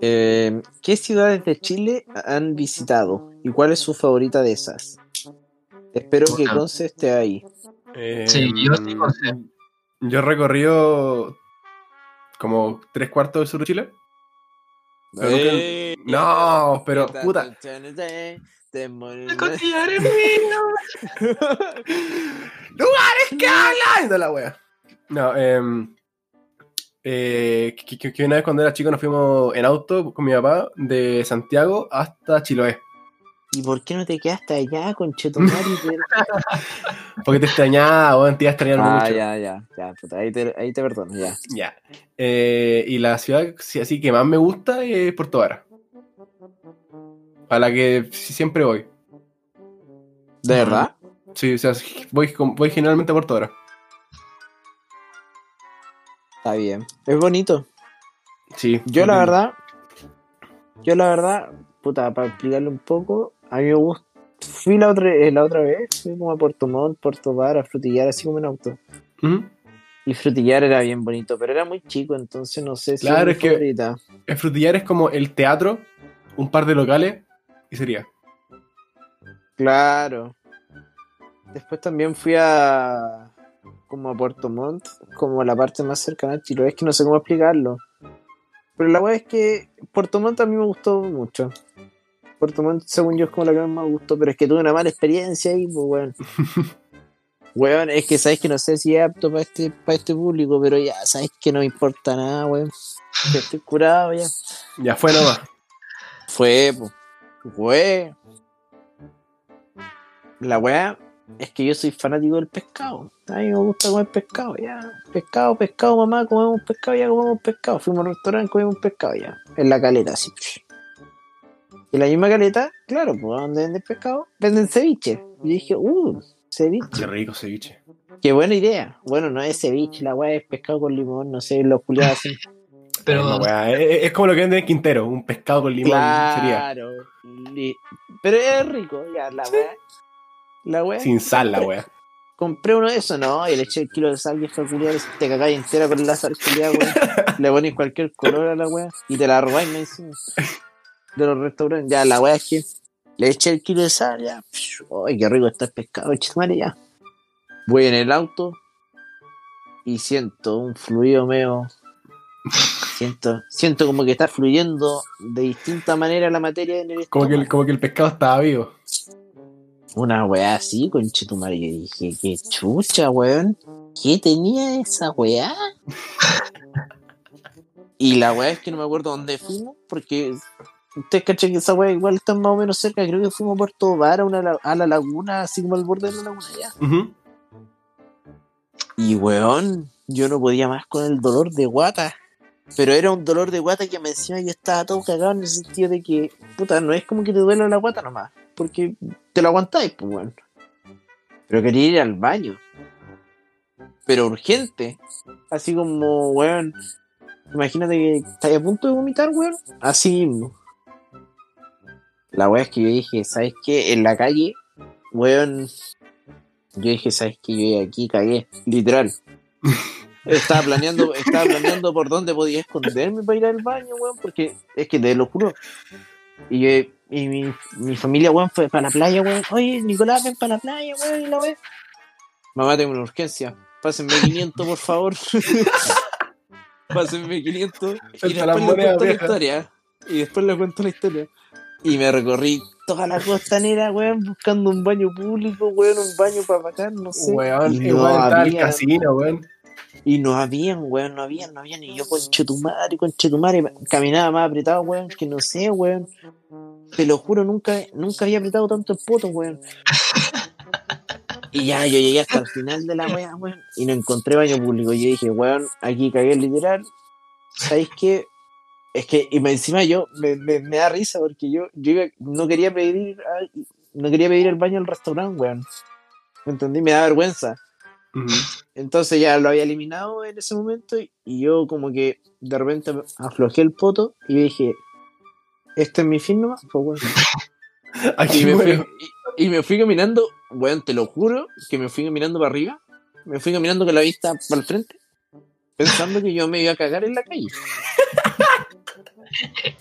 S2: Eh, ¿Qué ciudades de Chile han visitado y cuál es su favorita de esas? Espero que
S4: Puta.
S2: Conce esté ahí.
S3: Eh,
S4: Sí, yo sí
S3: (laughs)
S4: pues. considero.
S3: Yo he recorrido como tres cuartos del sur de Chile. Pero nunca-
S2: Eh,
S3: No, pero puta.
S4: Confiar en mí, no.
S3: ¡Lugares que hablan! No, la wea. No, em, eh, que, que- que una vez cuando era chico nos fuimos en auto con mi papá de Santiago hasta Chiloé.
S2: ¿Y por qué no te quedaste allá,
S3: (laughs)
S2: conchetumari?
S3: Porque te extrañaba, weón, te iba a extrañar
S2: ah,
S3: mucho.
S2: ya, ya, ya, puta, ahí te, ahí te perdono, ya.
S3: Ya. Eh, y la ciudad sí, así que más me gusta es Puerto Vara. A la que sí- siempre voy.
S2: ¿De verdad?
S3: Sí, o sea, voy, con- voy generalmente a Puerto Vara.
S2: Está bien. Es bonito.
S3: Sí.
S2: Yo la verdad, yo la verdad, puta, para explicarle un poco, a mí me gusta. Fui la otra, eh, la otra vez, fui como a Puerto Montt, Puerto Vara, a Frutillar, así como en auto.
S3: Ujú.
S2: Y Frutillar era bien bonito, pero era muy chico, entonces no sé si
S3: Claro,
S2: mi
S3: es que-
S2: favorita.
S3: El frutillar es como el teatro, un par de locales y sería.
S2: Claro. Después también fui a como a Puerto Montt, como la parte más cercana a Chile. Es que no sé cómo explicarlo. Pero la verdad es que Puerto Montt a mí me gustó mucho. Puerto Montt, según yo, es como la que más me gustó, pero es que tuve una mala experiencia ahí, pues, weón. weón, es que sabes que no sé si es apto para este, para este público, pero ya sabes que no me importa nada, weón. Ya Estoy curado ya.
S3: Ya
S2: (laughs)
S3: fue nomás.
S2: Fue, po. fue. La weá es que yo soy fanático del pescado. A mí me gusta comer pescado, ya. Pescado, pescado, mamá, comemos pescado, ya comemos pescado. Fuimos al restaurante, comimos pescado, ya. En la caleta, así. Y la misma caleta, claro, pues donde venden pescado, venden ceviche. Y dije, uh, ceviche.
S3: Qué rico ceviche.
S2: Qué buena idea. Bueno, no es ceviche, la weá es pescado con limón, no sé, los culiados así.
S3: Es
S4: Pero
S3: la weá, es, es como lo que venden en Quintero, un pescado con limón sería.
S2: Claro. li- Pero es rico, ya, la weá. La weá.
S3: Sin sal, la weá.
S2: Compré uno de esos, no, y le eché el kilo de sal vieja culiada, te cagáis entera con la sal culiada,
S3: (laughs)
S2: weá. Le pones cualquier color a la weá y te la robáis me encima. De los restaurantes, ya, la weá es que le eché el kilo de sal, ya. Ay, qué rico está el pescado, chismare, ya. Voy en el auto y siento un fluido medio. Siento, siento como que está fluyendo de distinta manera la materia en el
S3: Como
S2: estómago.
S3: que, el, como que el pescado estaba vivo.
S2: Una weá así, conchetumare, que dije, qué chucha, weón. ¿Qué tenía esa weá? y la weá es que no me acuerdo dónde fuimos, porque ustedes cachan que esa weá igual está más o menos cerca, creo que fuimos a Puerto Vara, una, la- a la laguna, así como al borde de la laguna ya.
S3: Ujú.
S2: Y weón, yo no podía más con el dolor de guata. Pero era un dolor de guata que me encima yo estaba todo cagado en el sentido de que, puta, no es como que te duela la guata nomás, porque te lo aguantáis, pues weón. Pero quería ir al baño. Pero urgente. Así como, weón, imagínate que estás a punto de vomitar, weón. Así mismo. La weá es que yo dije, ¿sabes qué? En la calle, weón, yo dije, ¿sabes qué? Yo ya aquí cagué, (laughs) literal. estaba planeando, estaba planeando por dónde podía esconderme para ir al baño, weón, porque es que te lo juro. Y, yo- y mi, mi familia, weón, fue para la playa, weón. Oye, Nicolás, ven para la playa, weón, y la weón. Mamá, tengo una urgencia. Pásenme 500, por favor. (laughs) Pásenme 500. Y
S3: Suelta las
S2: después les
S3: monedas,
S2: cuento la
S3: vieja.
S2: historia. Y después les cuento la historia. Y me recorrí toda la costanera, weón, buscando un baño público, weón, un baño para bacán, no sé.
S3: Weón,
S2: Y
S3: el
S2: no
S3: weón estaba al
S2: había-
S3: casino, weón.
S2: Y no habían, weón, no habían, no habían. Y yo, conchetumare, conchetumare, caminaba más apretado, weón, que no sé, weón. Te lo juro, nunca, nunca había apretado tanto el poto, weón. Y ya, yo llegué hasta el final de la weá, weón. Y no encontré baño público. Yo dije, weón, aquí cagué literal. ¿Sabéis qué? Es que, y me- encima yo, me, me- me da risa porque yo, yo iba- no quería pedir, a- no quería pedir el baño al restaurante, weón. ¿Me entendí? Me da vergüenza.
S3: Ujú.
S2: (laughs) Entonces ya lo había eliminado en ese momento y y yo como que de repente me aflojé el poto y dije, este es mi fin nomás, pues, weón".
S3: Aquí
S2: Y me,
S3: muero.
S2: fui, y, y me fui caminando, weón, te lo juro, que me fui caminando para arriba, me fui caminando con la vista para el frente, pensando que yo me iba a cagar en la calle.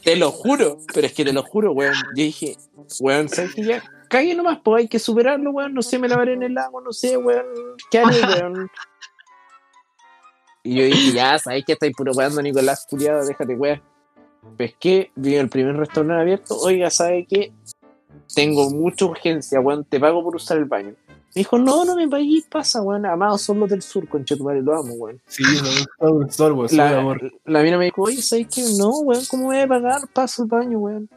S2: te lo juro, pero es que te lo juro, weón. Yo dije, weón, ¿sabes qué? Ya cague nomás, pues hay que superarlo, weón. No sé, me lavaré en el lago, no sé, weón. ¿Qué haré, weón? Y yo dije, ya, sabéis que estáis puro weando, Nicolás, culiado, déjate, weón. Pesqué, vi el primer restaurante abierto. Oiga, ¿sabe qué? Tengo mucha urgencia, weón. Te pago por usar el baño. Me dijo, no, no me paguéis, pasa, weón. Amados son los del sur, conchetumare, lo amo, weón.
S3: Sí, son sorbos, sí,
S2: la,
S3: amor.
S2: la mina me dijo, oye, ¿sabes qué? No, weón, ¿cómo voy a pagar? Paso el baño, weón.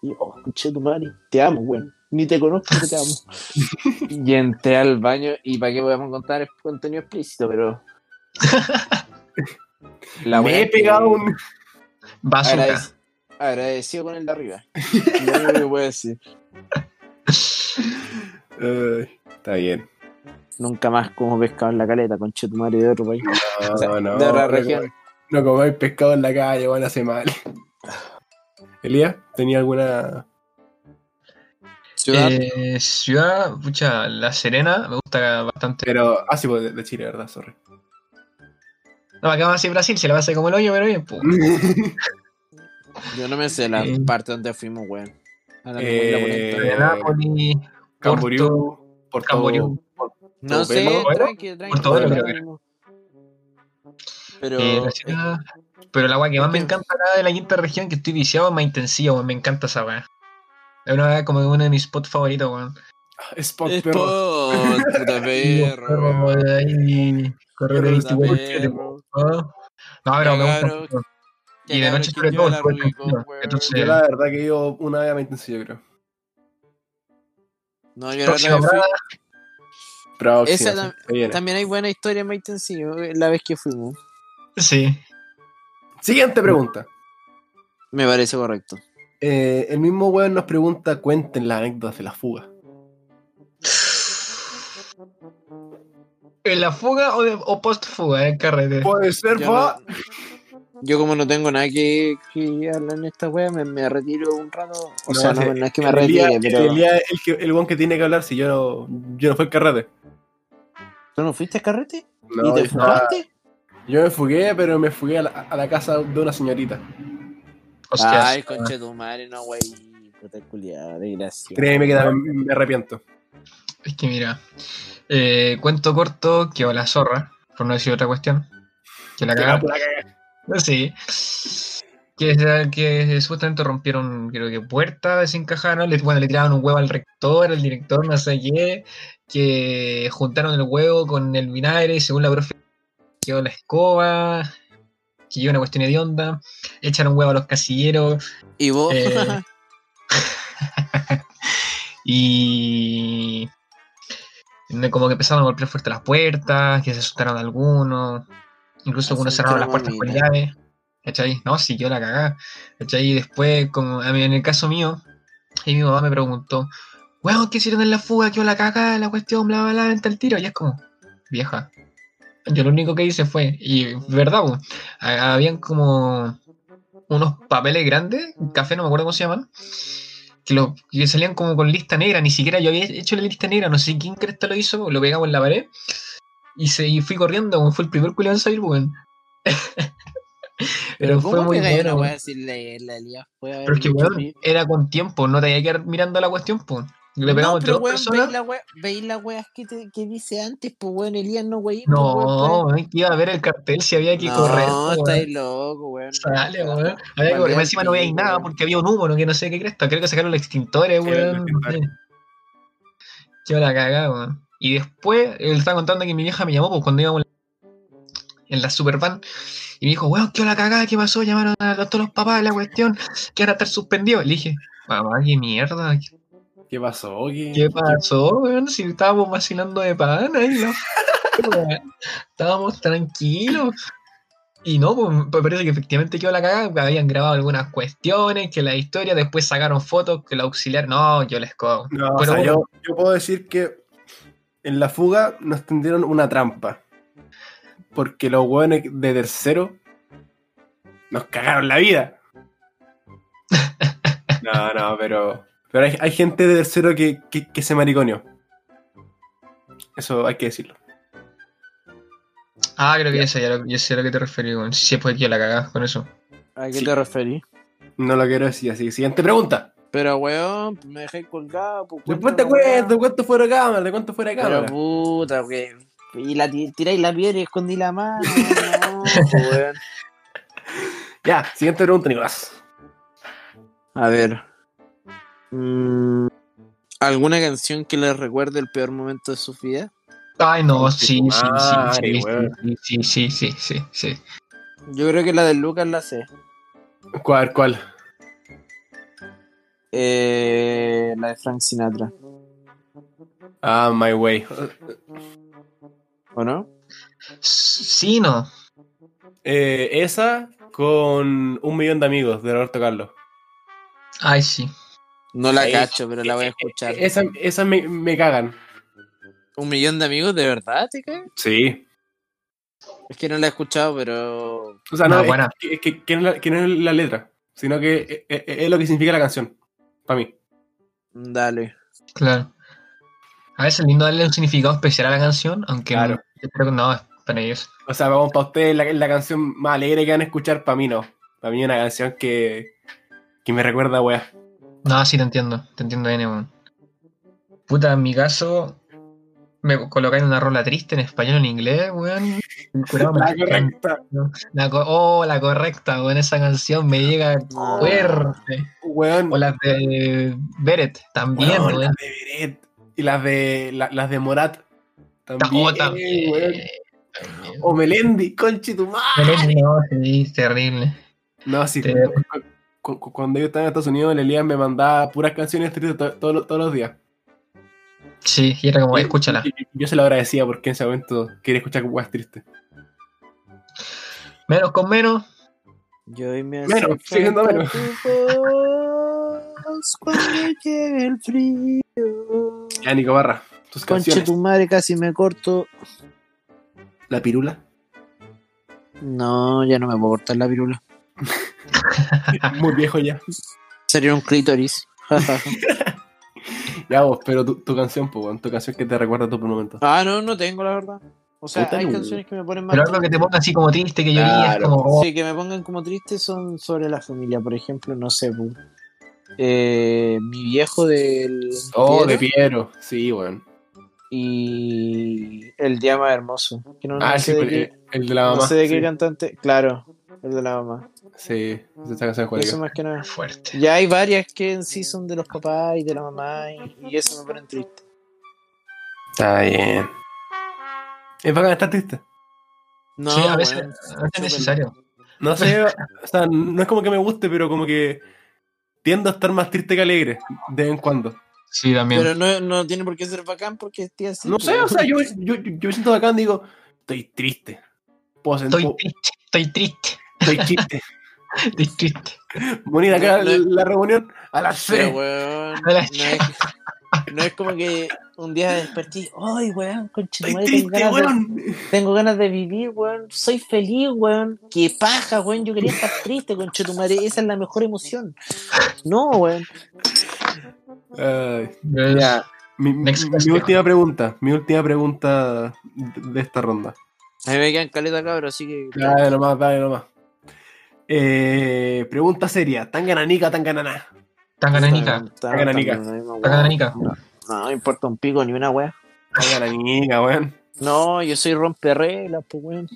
S2: Y yo, oh, conchetumare, te amo, weón. Ni te conozco, pero te amo. (laughs) y entré al baño, y para qué podemos contar es contenido explícito, pero. La (laughs)
S3: Me
S2: weá
S3: he pegado
S2: que-
S3: un.
S4: Bazooka.
S2: agradec- agradecido con el de arriba. Lo único que puedo decir.
S3: Ay, está bien.
S2: Nunca más como pescado en la caleta, conchetumare de otro país.
S3: No,
S2: O sea,
S3: no.
S2: de otra
S3: no
S2: región.
S3: comáis- No comáis pescado en la calle, van a hacer mal. Elías, ¿tenía alguna.
S2: Ciudad,
S4: Eh, ciudad, pucha, La Serena, me gusta bastante.
S3: Pero. Ah, sí, pues, de, de Chile, ¿verdad? Sorry.
S4: No, acá vamos a decir Brasil, se la va a hacer como el hoyo, pero bien, pues.
S2: Yo no me sé la
S4: Eh.
S2: parte donde fuimos, weón. A la
S3: Eh,
S2: memoria bonita.
S3: eh,
S4: Nápoles,
S3: Camboriú. Porto.
S4: Camboriú.
S2: No sé,
S3: Velo,
S4: Velo,
S2: tranqui, tranqui.
S4: Puerto Velo,
S2: no
S4: creo
S2: tenemos. Pero.
S4: eh, la ciudad. eh, Pero la weá que más me
S2: es que-
S4: encanta acá de la quinta región, que estoy viciado, es Maitencillo, weón, me encanta esa weá. Es una weá como uno de mis spots favoritos, weón.
S3: Spot,
S2: Es
S4: (laughs)
S3: perro.
S2: por- puta perro, weón.
S4: Como de ahí, correr
S3: Perro,
S4: 24
S2: perro.
S4: ¿no? No, pero me gusta.
S2: Cagaron,
S4: mucho.
S2: Ya,
S4: Y de
S2: cabrón,
S4: noche
S2: que
S4: sobre
S2: yo
S4: todo,
S2: la
S4: estuve
S2: Rubicon,
S4: tranquilo.
S2: weón.
S3: Yo
S4: Entonces,
S3: la verdad que he ido una vez a Maitencillo, yo creo.
S2: No, yo la
S4: próxima
S2: otra vez fui-
S4: parada,
S3: Próxima,
S2: Esa
S3: sí,
S2: tam-
S3: se viene.
S2: También hay buena historia en Maitencillo, la vez que fuimos.
S4: sí.
S3: Siguiente pregunta.
S2: Me parece correcto.
S3: Eh, el mismo weón nos pregunta, cuenten las anécdotas de la fuga.
S4: ¿En la fuga o, de- o post fuga, en el carrete?
S3: Puede ser,
S2: Yo,
S3: pa.
S2: no- yo como no tengo nada que, que hablar en esta wea, me, me retiro un rato. O
S3: No,
S2: sea, no,
S3: sí,
S2: no es que me
S3: el día-
S2: retire, pero...
S3: El, día- el que- el weón que tiene que hablar si yo no, yo no fui al carrete.
S2: ¿Tú no fuiste a carrete?
S3: No,
S2: ¿Y te
S3: yo-
S2: fumaste?
S3: Yo me fugué, pero me fugué a la, a la casa de una señorita.
S4: Hostias.
S2: Ay, conche tu madre, no, wey. Puta culiada, desgracia.
S3: Créeme que también me arrepiento.
S4: Es que mira, eh, cuento corto que o la zorra, por no decir otra cuestión, que la cagaron. Pues Sí. Que, que supuestamente rompieron, creo que puertas, desencajaron, le, bueno, le tiraron un huevo al rector, al director, no sé qué, que juntaron el huevo con el vinagre, según la profe, quedó la escoba, que lleva una cuestión de onda, echaron huevo a los casilleros,
S2: Y vos...
S4: Eh, y no, como que empezaron a golpear fuerte las puertas, que se asustaron algunos, incluso algunos cerraron las puertas con
S2: Asustaron,
S4: llave, ¿cachai? No, si yo la cagá, ¿cachai? Y después, como a mí, en el caso mío, y mi mamá me preguntó, weón, ¿qué hicieron en la fuga? ¿Qué la cagá? La cuestión, bla, bla, bla, vente al tiro, y es como, vieja. Yo lo único que hice fue, y verdad, po, ha- habían como unos papeles grandes, café, no me acuerdo cómo se llaman, que, lo, que salían como con lista negra, ni siquiera yo había hecho la lista negra, no sé quién cresta lo hizo, lo pegamos en la pared, y, se, y fui corriendo, weón, fue el primer culiao en salir, weón. (laughs)
S2: pero ¿cómo que hay una
S4: bueno,
S2: wea si la, la Elías fue a ver
S4: pero es que,
S2: mucho
S4: weón,
S2: clip?
S4: era con tiempo, no te había que quedar mirando la cuestión, pues. Le pegamos
S2: No,
S4: entre
S2: pero
S4: dos
S2: weón,
S4: personas.
S2: veis la wea, veis las weas que, te, que dice antes, pues weón, Elías no wey.
S4: No, weón, que iba a ver el cartel si había que correr.
S2: pues.
S4: pues,
S2: No,
S4: weón.
S2: estáis loco, weón.
S4: Sale,
S2: No,
S4: weón. Había que correr.
S2: Valía
S4: Más Encima no
S2: el
S4: veía ahí
S2: pico,
S4: nada
S2: weón.
S4: porque había un humo, que no sé qué cresta. Creo que sacaron los extintores,
S3: Sí, los
S4: weón. no sé.
S3: extintores.
S4: Qué la cagada, weón. Y después él estaba contando que mi vieja me llamó pues, cuando íbamos en la Supervan y me dijo, weón, qué la cagada, qué pasó, llamaron a los- todos los papás, la cuestión, que van a estar suspendidos. Le dije, mamá, qué mierda,
S3: ¿Qué pasó? ¿Qué,
S4: ¿Qué pasó, weón? Si estábamos vacilando de pan ahí, ¿no? Weón, estábamos tranquilos. Y no, pues, pues parece que efectivamente quedó la cagada, que habían grabado algunas cuestiones, que la historia, después sacaron fotos, que el auxiliar, no, yo les cojo.
S3: No, o
S4: Pero
S3: sea,
S4: bueno.
S3: yo, yo puedo decir que en la fuga nos tendieron una trampa. Porque los hueones de tercero nos cagaron la
S4: (laughs)
S3: vida. No, no, pero. Pero hay, hay gente de tercero que, que, que se mariconeó. Eso hay que decirlo.
S4: Ah, creo que ya sé, ya lo- ya sé a lo que te referí, weón. Sí, pues quedó la cagada con eso.
S2: ¿A qué
S3: Sí.
S2: te referís?
S3: No lo quiero decir así. Siguiente pregunta.
S2: Pero, weón, pues, me dejé colgado. Pues,
S3: Después te
S2: cuéntame, weón.
S3: cuento cuánto fuera cámara, de cuánto fuera
S2: Pero
S3: cámara.
S2: puta, que. Y la ti- tiráis la piedra y escondí la mano.
S3: (laughs)
S2: no, pues, weón.
S3: Ya, siguiente pregunta, Nicolás.
S2: A ver. Mm, ¿Alguna canción que les recuerde el peor momento de su vida?
S4: Ay, no, sí, sí, sí,
S3: Ay,
S4: sí,
S3: weón.
S4: sí, sí, sí, sí, sí, sí.
S2: Yo creo que la de Lucas la sé.
S3: ¿Cuál, cuál?
S2: Eh, la de Frank Sinatra,
S3: Ah, My Way.
S2: ¿o no?
S4: Sí, no.
S3: Eh, esa con un millón de amigos de Roberto Carlos.
S4: Ay, sí.
S2: No la
S3: Eh,
S2: cacho, pero la voy a escuchar.
S3: Esas E-, esa me, me cagan.
S2: ¿Un millón de amigos? ¿De verdad? ¿Te cae?
S3: Sí.
S2: Es que no la he escuchado, pero.
S3: O sea, no,
S4: No,
S3: es,
S4: buena.
S3: que- es que, que no es la, que no es la letra, sino que e- e- es, lo que significa la canción. Para mí.
S2: Dale.
S4: Claro. A veces es lindo darle un significado especial a la canción, aunque
S3: Claro.
S4: no, yo creo que no, es para ellos.
S3: O sea, vamos, para ustedes la, la canción más alegre que van a escuchar, para mí no. Para mí es una canción que, que me recuerda, weá.
S4: No, sí te entiendo, te entiendo bien, weón. Puta, en mi caso, me colocáis una rola triste en español o en inglés, weón. El curado me
S3: (laughs) La
S4: encanta.
S3: correcta.
S4: La co- oh, la correcta, weón, esa canción me llega
S2: No.
S4: fuerte.
S3: Weón.
S4: O las de Beret, también,
S3: Weón,
S4: weón.
S3: las de Beret. Y las de, la- las de Morat. También,
S4: Oh, también.
S3: weón. O Melendi, conche tu madre.
S4: Beret, no, sí, terrible.
S3: No, sí.
S4: Te-
S3: cu- cu- Cuando yo estaba en Estados Unidos, Elías me mandaba puras canciones tristes to- todos los- todos los días.
S4: Sí, y era como, escúchala.
S3: Y- y- y Yo se lo agradecía porque en ese momento quería escuchar cosas tristes.
S4: Menos con menos,
S2: Yo hoy me
S3: Menos,
S2: hace
S3: sigue siendo
S2: falta
S3: menos.
S2: tu voz Cuando llegue el frío.
S3: Ya, Nico Barra, tus
S2: Conche
S3: canciones.
S2: tu madre, casi me corto.
S3: La pirula. (laughs)
S2: No, ya no me puedo cortar la virula.
S3: Muy viejo ya.
S2: Sería un clítoris. Ja, ja, ja.
S3: Ya vos, pero tu, tu canción, po, weón, tu canción que te recuerda a tu momento.
S2: (laughs) ah, no, no tengo, la verdad. O sea,
S3: Puta,
S2: hay
S3: no.
S2: canciones que me ponen más
S4: pero algo que te ponga así como triste, que llorías,
S3: Claro.
S4: como, oh,
S2: Sí, que me pongan como triste son sobre la familia, por ejemplo, no sé, pu- eh, mi viejo del
S3: Oh, de
S2: Piero
S3: Piero. Sí, weón.
S2: y el día más hermoso. que no, no
S3: Ah, sí,
S2: sé de
S3: el,
S2: qué,
S3: el de la
S2: no
S3: mamá.
S2: sé de qué
S3: sí.
S2: cantante, claro, el de la mamá.
S3: Sí, esa canción cuál
S2: Eso más que nada.
S4: fuerte.
S2: Ya hay varias que en sí son de los papás y de la mamá y, y eso me ponen triste.
S3: Está bien. Es bacán estar triste.
S2: No,
S4: sí, a veces,
S2: weón,
S4: a veces es
S2: súper-
S4: necesario.
S3: No sé, o sea, no es como que me guste, pero como que tiendo a estar más triste que alegre, de vez en cuando.
S4: Sí, también.
S2: Pero no, no tiene por qué ser bacán porque estoy así.
S3: No sé,
S2: weón.
S3: o sea, yo, yo, yo me siento bacán y digo, estoy triste. Puedo sentir,
S4: Estoy triste,
S3: estoy
S4: estoy triste, (laughs)
S3: triste.
S4: estoy triste.
S3: Venir acá a
S2: No, no.
S3: la reunión a las
S2: Pero,
S3: 6.
S2: weón, no
S4: Hola,
S2: es, no es como que un día desperté, ¡ay, weón,
S3: Estoy
S2: conchetumare, tengo,
S3: triste,
S2: ganas de-
S3: weón.
S2: tengo ganas de vivir, weón, soy feliz, weón, qué paja, weón, yo quería estar triste, conchetumare, esa es la mejor emoción. No, weón.
S3: Ay,
S4: Pero
S3: ya. Mi,
S4: Next
S3: mi
S4: question.
S3: última pregunta, mi última pregunta de de esta ronda.
S2: A mí me quedan caleta cabros, así que...
S3: Dale nomás, dale nomás. Eh, pregunta seria, tan gananica, tan gananá.
S4: Tangananica,
S3: Tangananica.
S4: Tangananica.
S2: No, me importa un pico ni una weá.
S3: Tan gananica, weón.
S2: No, yo soy romperreglas, pues weón.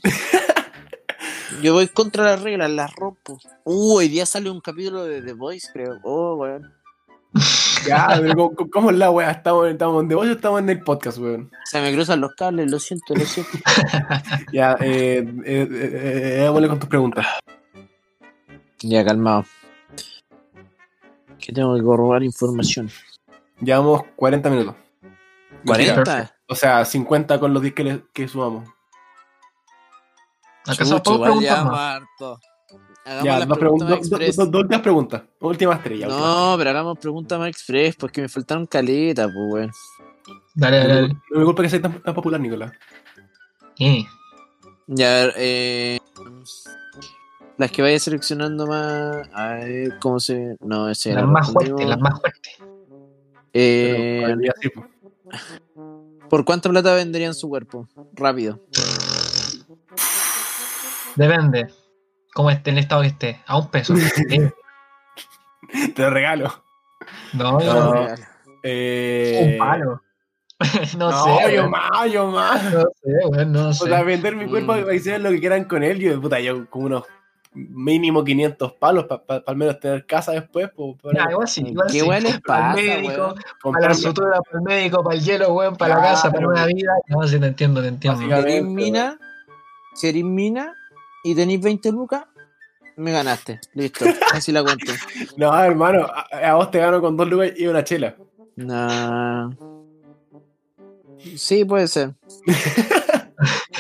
S2: Yo voy contra las reglas, las rompo. Uh, hoy día sale un capítulo de The Voice, creo. Oh, weón.
S3: Ya, pero ¿cómo, cómo es la weá? Estamos, estamos en negocio, estamos en el podcast, weón.
S2: Se me cruzan los cables, lo siento, lo siento.
S3: Ya, eh, eh, eh, eh, démosle con tus preguntas.
S2: ya, calmado. Que tengo que corroborar información.
S3: Llevamos 40 minutos.
S4: ¿Cuarenta?
S2: ¿40?
S3: O sea, 50 con los 10 que, le- que sumamos.
S4: ¿Acaso
S2: Chucho,
S4: puedo
S2: igual
S4: preguntar
S2: ya
S4: más?
S2: harto. Hagamos
S3: Ya,
S2: las
S3: dos, preguntas,
S2: preguntas más
S3: dos, dos-
S2: express.
S3: dos- dos últimas preguntas. Última estrella.
S2: No, pero hagamos preguntas más express, porque me faltaron caletas, pues, weón.
S4: Dale, dale,
S3: No
S4: dale.
S3: me culpa que sea tan, tan popular, Nicolás.
S4: Eh,
S2: Ya, a ver, eh, Las que vaya seleccionando más. A ver, ¿cómo se.? No, ese ya
S4: las
S2: lo
S4: más
S2: respondimos.
S4: fuertes, las más fuertes.
S2: Eh,
S3: Pero, ya, sí, pues.
S2: ¿Por cuánta plata venderían su cuerpo? Rápido.
S4: Depende. este, Cómo esté el estado que esté. A un peso. Eh,
S3: Te lo regalo.
S4: No, yo
S3: No.
S4: no.
S3: Eh,
S4: Un palo. (laughs) no,
S3: No,
S4: sé.
S3: yo
S4: weón.
S3: más, yo más.
S4: No sé, weón, no sé.
S3: O sea, vender mi cuerpo
S2: Mm.
S3: y hacer lo que quieran con él. Yo, puta, yo con unos mínimo 500 palos para al menos tener casa después. Pues, para
S4: Ya, igual sí, igual
S2: ¿Qué
S4: sí.
S2: weón les
S4: Para
S2: pasa,
S4: el médico,
S2: weón?
S4: para
S3: comprar
S4: la sutura, para el médico, para el hielo, weón, para la
S3: Claro.
S4: casa, para una vida. No, sí, te entiendo, te entiendo.
S3: Básicamente.
S2: Si eres
S3: weón.
S2: mina, si eres mina y tenés 20 lucas, me ganaste. Listo, así la cuento.
S3: No, hermano, a, a vos te gano con dos lucas y una chela.
S2: Nah. Sí, puede ser.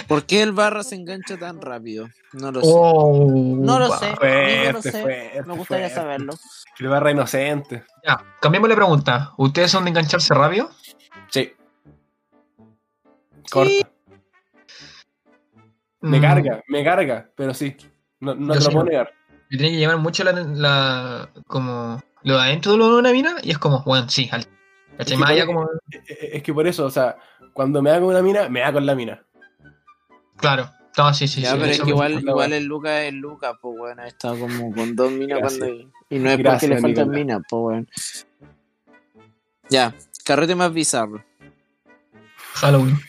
S2: ¿Por qué el barra se engancha tan rápido? No lo sé.
S4: Oh,
S2: no lo
S4: wow.
S2: sé. no lo
S3: Fuerte,
S2: sé.
S3: fuerte.
S2: Me gustaría
S3: fuerte.
S2: saberlo.
S3: Que le barra inocente.
S4: Ya, cambiemos la pregunta. ¿Ustedes son de engancharse rápido?
S3: Sí. Corta. Me
S4: Mm,
S3: carga, me carga, pero sí. No, no
S4: Yo
S3: te lo
S4: sí.
S3: puedo negar.
S4: Me tiene que llamar mucho la, la- como lo de adentro de lo de una mina y es como, bueno, sí, al.
S3: Es que
S4: ¿Cachai? Más allá
S3: por-
S4: como.
S3: Eh, eh, Es que por eso, o sea, cuando me da con una mina, me da con la mina. (laughs)
S4: Claro. No, sí, sí,
S2: ya,
S4: sí.
S2: pero es
S4: eso
S2: que
S4: me-
S2: igual,
S3: gusta,
S2: igual
S3: weón.
S2: el Lucas es Lucas, pues bueno, ha estado como con dos minas
S3: Gracias.
S2: cuando. Y no es porque
S3: Gracias,
S2: le faltan
S3: Nicolás.
S2: minas, pues bueno. Ya, carrete más bizarro.
S4: Halloween.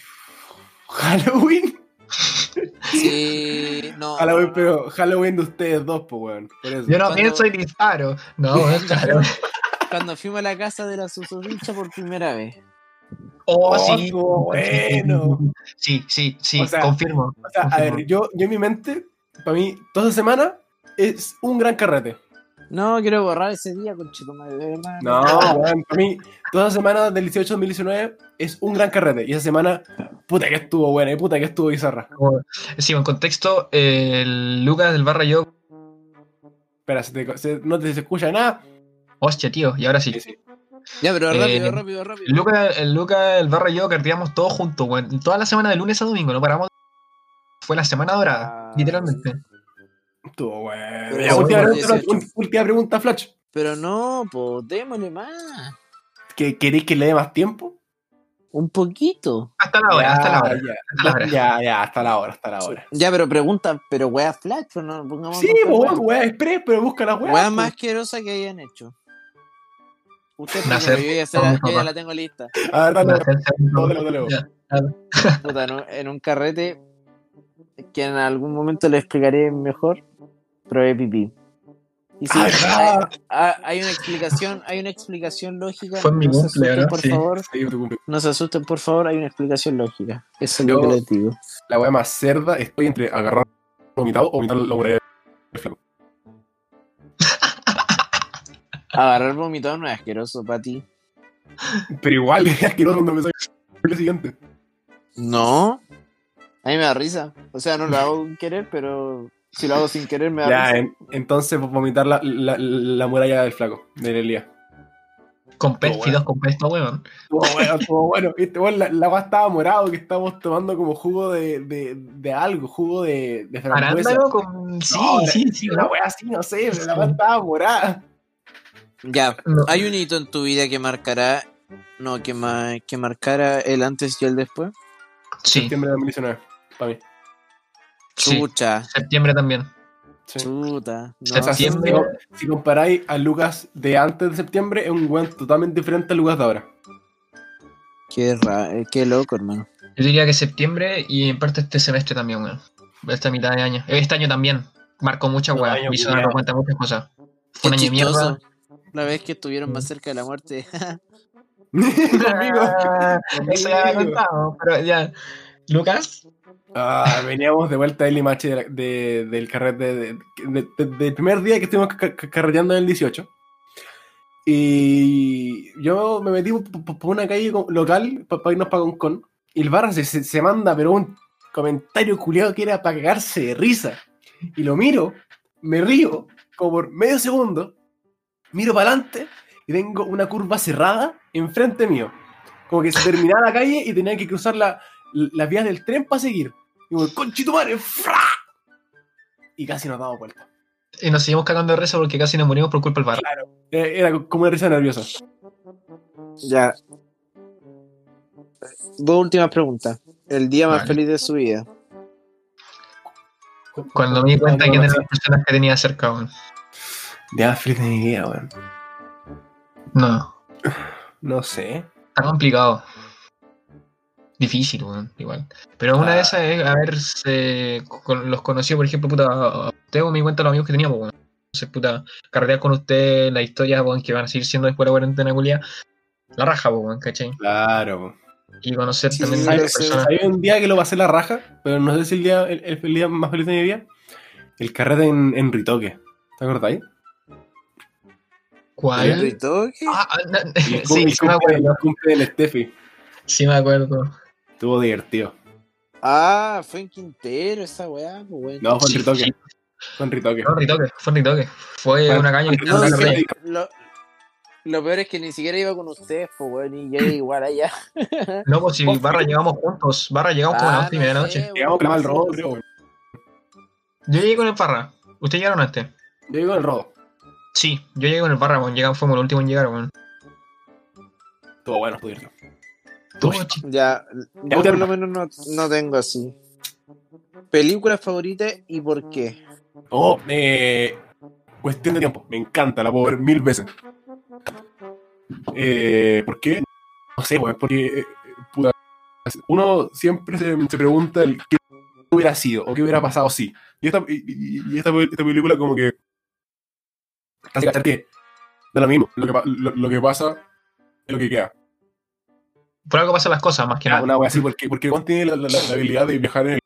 S3: Halloween.
S4: (laughs)
S2: Sí, no.
S3: Halloween,
S2: no, no.
S3: pero Halloween de ustedes dos, pues, weón. Por eso.
S4: Yo no
S2: Cuando-
S4: pienso y disparo. No, weón, claro.
S2: Cuando fuimos a la casa de la susodicha por primera vez.
S4: Oh,
S3: Oh,
S4: sí.
S3: estuvo bueno.
S4: Sí, sí, sí,
S3: O sea,
S4: confirmo.
S3: O sea, a
S4: confirmo.
S3: ver, yo, yo en mi mente, para mí, toda esa semana es un gran carrete.
S2: No, quiero borrar ese día con chico madre.
S3: No, Ah, weón, para mí, toda esa semana del 18 al 2019 es un gran carrete. Y esa semana, puta que estuvo buena, y puta que estuvo bizarra.
S4: Como- Sí, en contexto, eh, el Lucas del Barra y yo.
S3: Espera, se te- se- no te se escucha nada.
S4: Hostia, tío, y ahora sí.
S3: Sí, sí.
S2: Ya, pero
S4: Eh,
S2: rápido, rápido, rápido.
S4: El Lucas, el Lucas del Barra y yo carteamos todos juntos, weón. Toda la semana de lunes a domingo, no paramos. Fue la semana dorada,
S2: Ah.
S4: literalmente.
S3: Estuvo bueno.
S2: Pero
S3: Ya, última,
S2: bueno,
S3: pregunta,
S2: 18.
S3: Flash, última pregunta, Flash.
S2: Pero no, pues démosle más.
S3: ¿Que, ¿Queréis que le dé más tiempo?
S2: Un poquito.
S4: Hasta la hora,
S3: Ya,
S4: Ah, hasta la hora.
S3: ya,
S4: hasta la hora.
S3: Ya, ya, hasta la hora, hasta la hora.
S2: Ya, pero pregunta, pero wea flash, pero no pongamos.
S3: Sí,
S2: nunca
S3: pues,
S2: wea.
S3: weón, weá, express, pero busca la weá.
S2: Wea
S3: pues.
S2: más asquerosa que hayan hecho. Usted
S4: Nacer
S2: primero, yo ya, sé
S4: con
S2: la-
S4: mi
S2: yo ya
S4: papá.
S2: la tengo lista.
S3: A ver, dale,
S4: Ya, ya,
S3: dale, dale, dale.
S4: ya.
S2: Puta, en un- en un carrete que en algún momento le explicaré mejor, probé pipí. Y sí,
S3: Ah,
S2: hay,
S3: ¿verdad?
S2: ah, hay una explicación, hay una explicación lógica.
S4: Fue en mi
S2: no se
S4: cumple,
S2: asusten,
S4: ¿verdad?
S2: por
S4: Sí.
S2: favor.
S3: Sí, yo te cumplí.
S2: No se asusten, por favor, hay una explicación lógica. Eso es
S3: Yo-
S2: lo que les digo.
S3: La weá más cerda, estoy entre agarrar vomitado o vomitar la weá de flaco.
S2: Agarrar vomitado no es asqueroso para ti.
S3: Pero igual, (laughs) es asqueroso cuando me saca el día siguiente.
S2: No. A mí me da risa. O sea, no lo (laughs) hago sin querer, pero si lo hago sin querer me da
S3: Ya,
S2: risa.
S3: en- entonces vomitar la, la, la muralla del flaco, del Elías.
S4: Con
S3: bueno.
S4: pérfidos, con pesto, weón.
S2: (laughs)
S3: Estuvo bueno, estuvo bueno. Viste, bueno, la, la weá estaba morado, que estábamos tomando como jugo de, de, de algo, jugo de, de frambuesa.
S4: Arándano con. Sí,
S3: No,
S4: sí, sí.
S3: Una weá así, no sé, pero la weá estaba morada.
S2: Ya.
S4: No.
S2: ¿Hay un hito en tu vida que marcará, no, que, ma- que marcara el antes y el después?
S4: Sí,
S3: Septiembre de 2019, para mí.
S4: sí.
S2: Chucha,
S4: Septiembre también.
S3: Sí.
S2: chuta. No,
S3: O sea, si,
S4: Septiembre.
S3: si com- si comparáis a Lucas de antes de septiembre, es un weón totalmente diferente al Lucas de ahora. (laughs)
S2: Qué, ra- eh, qué loco, hermano.
S4: Yo diría que septiembre y en parte este semestre también, weón. Esta mitad de año. Este año también. Marcó mucha
S3: Un
S4: weón.
S3: Este año
S4: Me hizo dar
S3: culiao.
S4: cuenta de muchas cosas.
S2: Qué
S4: Fue un año de mierda.
S2: chistoso.
S3: (laughs)
S2: La vez que estuvieron
S4: Mm.
S2: más cerca de la muerte.
S3: Conmigo.
S4: Ah, Eso ya lo he
S3: Conmigo.
S4: contado, pero ya. Lucas,
S3: Ah, veníamos de vuelta de Limache de la- de- del carrete de- de- de- del primer día que estuvimos ca- ca- carreteando en el 18. Y yo me metí por- por por una calle co- local para irnos para Concon. Y el barra se, se- se manda, pero un comentario culiado que era para cagarse de risa. Y lo miro, me río, como por medio segundo, miro para adelante y tengo una curva cerrada enfrente mío. Como que se terminaba la calle y tenía que cruzar la, las vías del tren para seguir. Y como, conchetumare, ¡fra! Y casi nos damos vuelta.
S4: y eh, nos seguimos cagando de risa porque casi nos morimos por culpa del barra.
S3: Eh, Era como una risa nerviosa.
S2: ya. Dos últimas preguntas. El día más
S4: Vale.
S2: feliz de su vida.
S4: Cuando me di cuenta quién eran las personas que tenía cerca, weón.
S3: Ya, feliz de mi vida, weón.
S4: No.
S3: No sé.
S4: Está complicado. Difícil, weón, igual. Pero una
S3: Ah.
S4: de esas es haberse con los conocidos, por ejemplo, puta, a usted o me di cuenta de los amigos que teníamos, weón. Entonces, puta, carretear con usted, las historias, weón, que van a seguir siendo después de la cuarentena culia. La raja, weón, ¿cachai?
S3: Claro.
S4: Y conocer
S2: Sí,
S4: también
S2: sí,
S4: a
S2: sí,
S4: otras
S2: sí.
S4: personas.
S3: Había un día que lo pasé la raja, pero no sé si el día, el, el- el día más feliz de mi vida. El carrete en, en Ritoque. ¿Te acordáis?
S2: ¿El
S4: ¿Cuál?
S2: ritoque?
S4: Ah, ah, na-
S3: El, cum-
S4: (laughs) sí,
S3: el
S4: sí me
S3: cumple,
S4: acuerdo.
S3: el cumple del Steffi.
S4: Sí me acuerdo.
S3: Estuvo divertido.
S2: Ah, fue en Quintero esa weá, pues bueno.
S3: No, fue en
S4: Sí,
S3: Ritoque.
S4: sí.
S3: Fue en Ritoque.
S4: Fue un ritoque, fue un ritoque. Fue
S3: Bueno,
S4: una caña que
S3: no,
S2: No,
S4: estaba en
S2: es
S4: la
S2: que
S3: sí.
S4: red.
S2: lo, lo peor es que ni siquiera iba con ustedes, pues weón, y yo igual allá.
S4: No, pues si Barra llegamos juntos, Barra llegamos como a las
S2: Ah,
S4: once y media de la
S2: no
S4: noche.
S2: sé,
S3: Llegamos
S2: weón,
S3: con el
S2: sí.
S3: rodo, creo. weón.
S4: Yo llegué con el Barra. ¿Ustedes llegaron antes?
S3: Yo llego con el rodo.
S4: Sí, yo llegué con el Barra, weón. Llegamos, fuimos los últimos en llegar, weón.
S3: Estuvo bueno, estuvo divertido.
S4: Tú,
S3: Uy.
S4: ch-
S2: Ya, yo
S3: te
S2: por lo
S3: arma.
S2: menos no, no tengo así. ¿Película favorita y por qué?
S3: Oh, eh, cuestión de tiempo. Me encanta, la puedo ver mil veces. Eh, ¿Por qué? No sé, weón, porque eh, puta, uno siempre se, se pregunta el qué hubiera sido o qué hubiera pasado si. Y esta, y, y- y esta, esta película como que casi cachar que da lo mismo. Lo que, pa- lo, lo que pasa es lo que queda.
S4: Por algo pasan las cosas, más que nada.
S3: Una wea así, porque, porque Juan tiene la, la- la- la habilidad de viajar en el,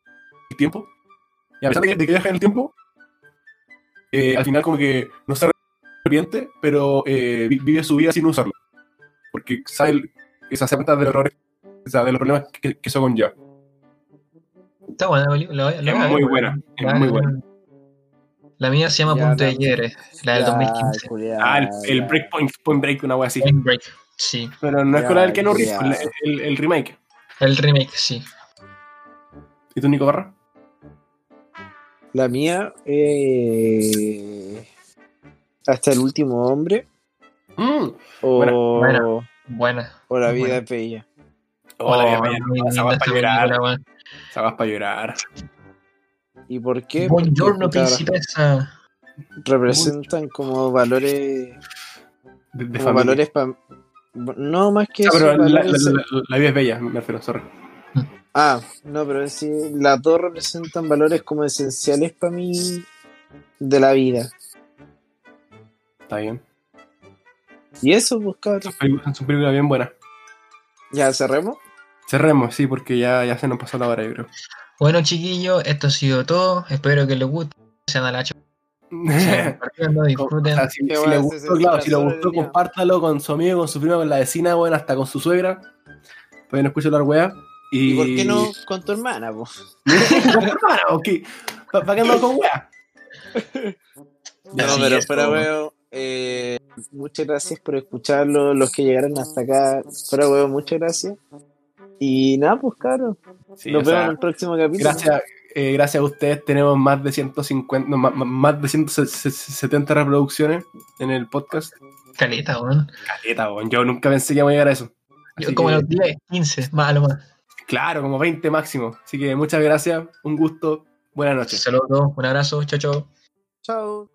S3: el tiempo. Y a pesar de que, de que viaja en el tiempo, eh, al final como que no se arrepiente, pero eh, vi- vive su vida sin usarlo. Porque sabe, el- que se hace cuenta de los errores, o sea, de los problemas que, que eso conlleva.
S4: Está buena la película.
S3: Es muy buena, es muy buena.
S4: La mía se llama
S2: Ya,
S4: Punto de
S2: la-
S4: Quiebre, la del
S2: Ya,
S4: 2015.
S2: culiao,
S3: Ah, el, el
S2: ya.
S3: Breakpoint, Point Break, una wea así.
S4: Point Break, sí.
S3: Pero no es con la del
S2: Ya,
S3: Keanu Reeves,
S2: ya.
S3: con la- el, el remake.
S4: El remake, sí.
S3: ¿Y tú, Nico Barra?
S2: La mía, eh, hasta el último hombre
S3: Mm.
S2: o,
S3: Buena,
S4: buena. Buena.
S2: o la vida
S4: Buena.
S2: es bella.
S3: Oh, la vida para
S4: Oh, muy
S3: llorar, esa
S4: linda
S3: wea
S4: esta
S3: para llorar,
S4: película, weón.
S3: esa wea para llorar.
S2: ¿Y por qué?
S4: Buongiorno,
S2: Porque, puta,
S4: princesa.
S2: representan como valores,
S3: De, de
S2: como
S3: familia.
S2: valores pa- no más que
S3: Ah, pero
S2: eso,
S3: la, la-
S2: valores-
S3: la- la- la vida es bella, me refiero, sorry.
S2: Ah, no, pero sí, las dos representan valores como esenciales para mí de la vida.
S3: Está bien.
S2: Y eso, pues, cabrón.
S3: Son películas, son películas bien buenas.
S2: Ya cerremos.
S3: Cerremos, sí, porque ya, ya se nos pasó la hora, yo creo.
S4: Bueno, chiquillos, esto ha sido todo. Espero que les guste. Sean a la chucha,
S3: (laughs)
S4: sigan compartiendo, disfruten.
S3: Ah, si,
S2: Qué
S3: si
S2: bueno,
S3: le
S2: se
S3: gustó,
S2: sintió
S3: claro,
S2: la
S3: si le
S2: sola
S3: gustó,
S2: del día.
S3: compártalo con su amigo, con su prima, con la vecina, bueno, hasta con su suegra. Todavía no escucho la wea. Y...
S2: ¿Y por qué
S3: (laughs)
S2: no con tu hermana, pues?
S3: Para, ok. ¿Para qué andamos con wea?
S2: No,
S4: Así
S2: pero
S4: es,
S2: fuera,
S4: pues.
S2: weón. eh, muchas gracias por escucharlo, los que llegaron hasta acá. Fuera, weón, muchas gracias. Y nada, pues, cabrón.
S3: Sí,
S2: Nos
S3: o
S2: vemos
S3: sea,
S2: en el próximo capítulo.
S3: Gracias, eh, gracias a ustedes tenemos más de 150, no, más, más de 170 reproducciones en el podcast.
S4: Caleta, weón.
S3: Caleta, weón, yo nunca pensé que íbamos a llegar a eso.
S4: Yo
S3: Así
S4: como
S3: que-
S4: los 10, 15, más a lo más.
S3: Claro, como 20 máximo. Así que muchas gracias, un gusto, buenas noches.
S4: Saludos, un abrazo, chao, chao.
S2: Chao.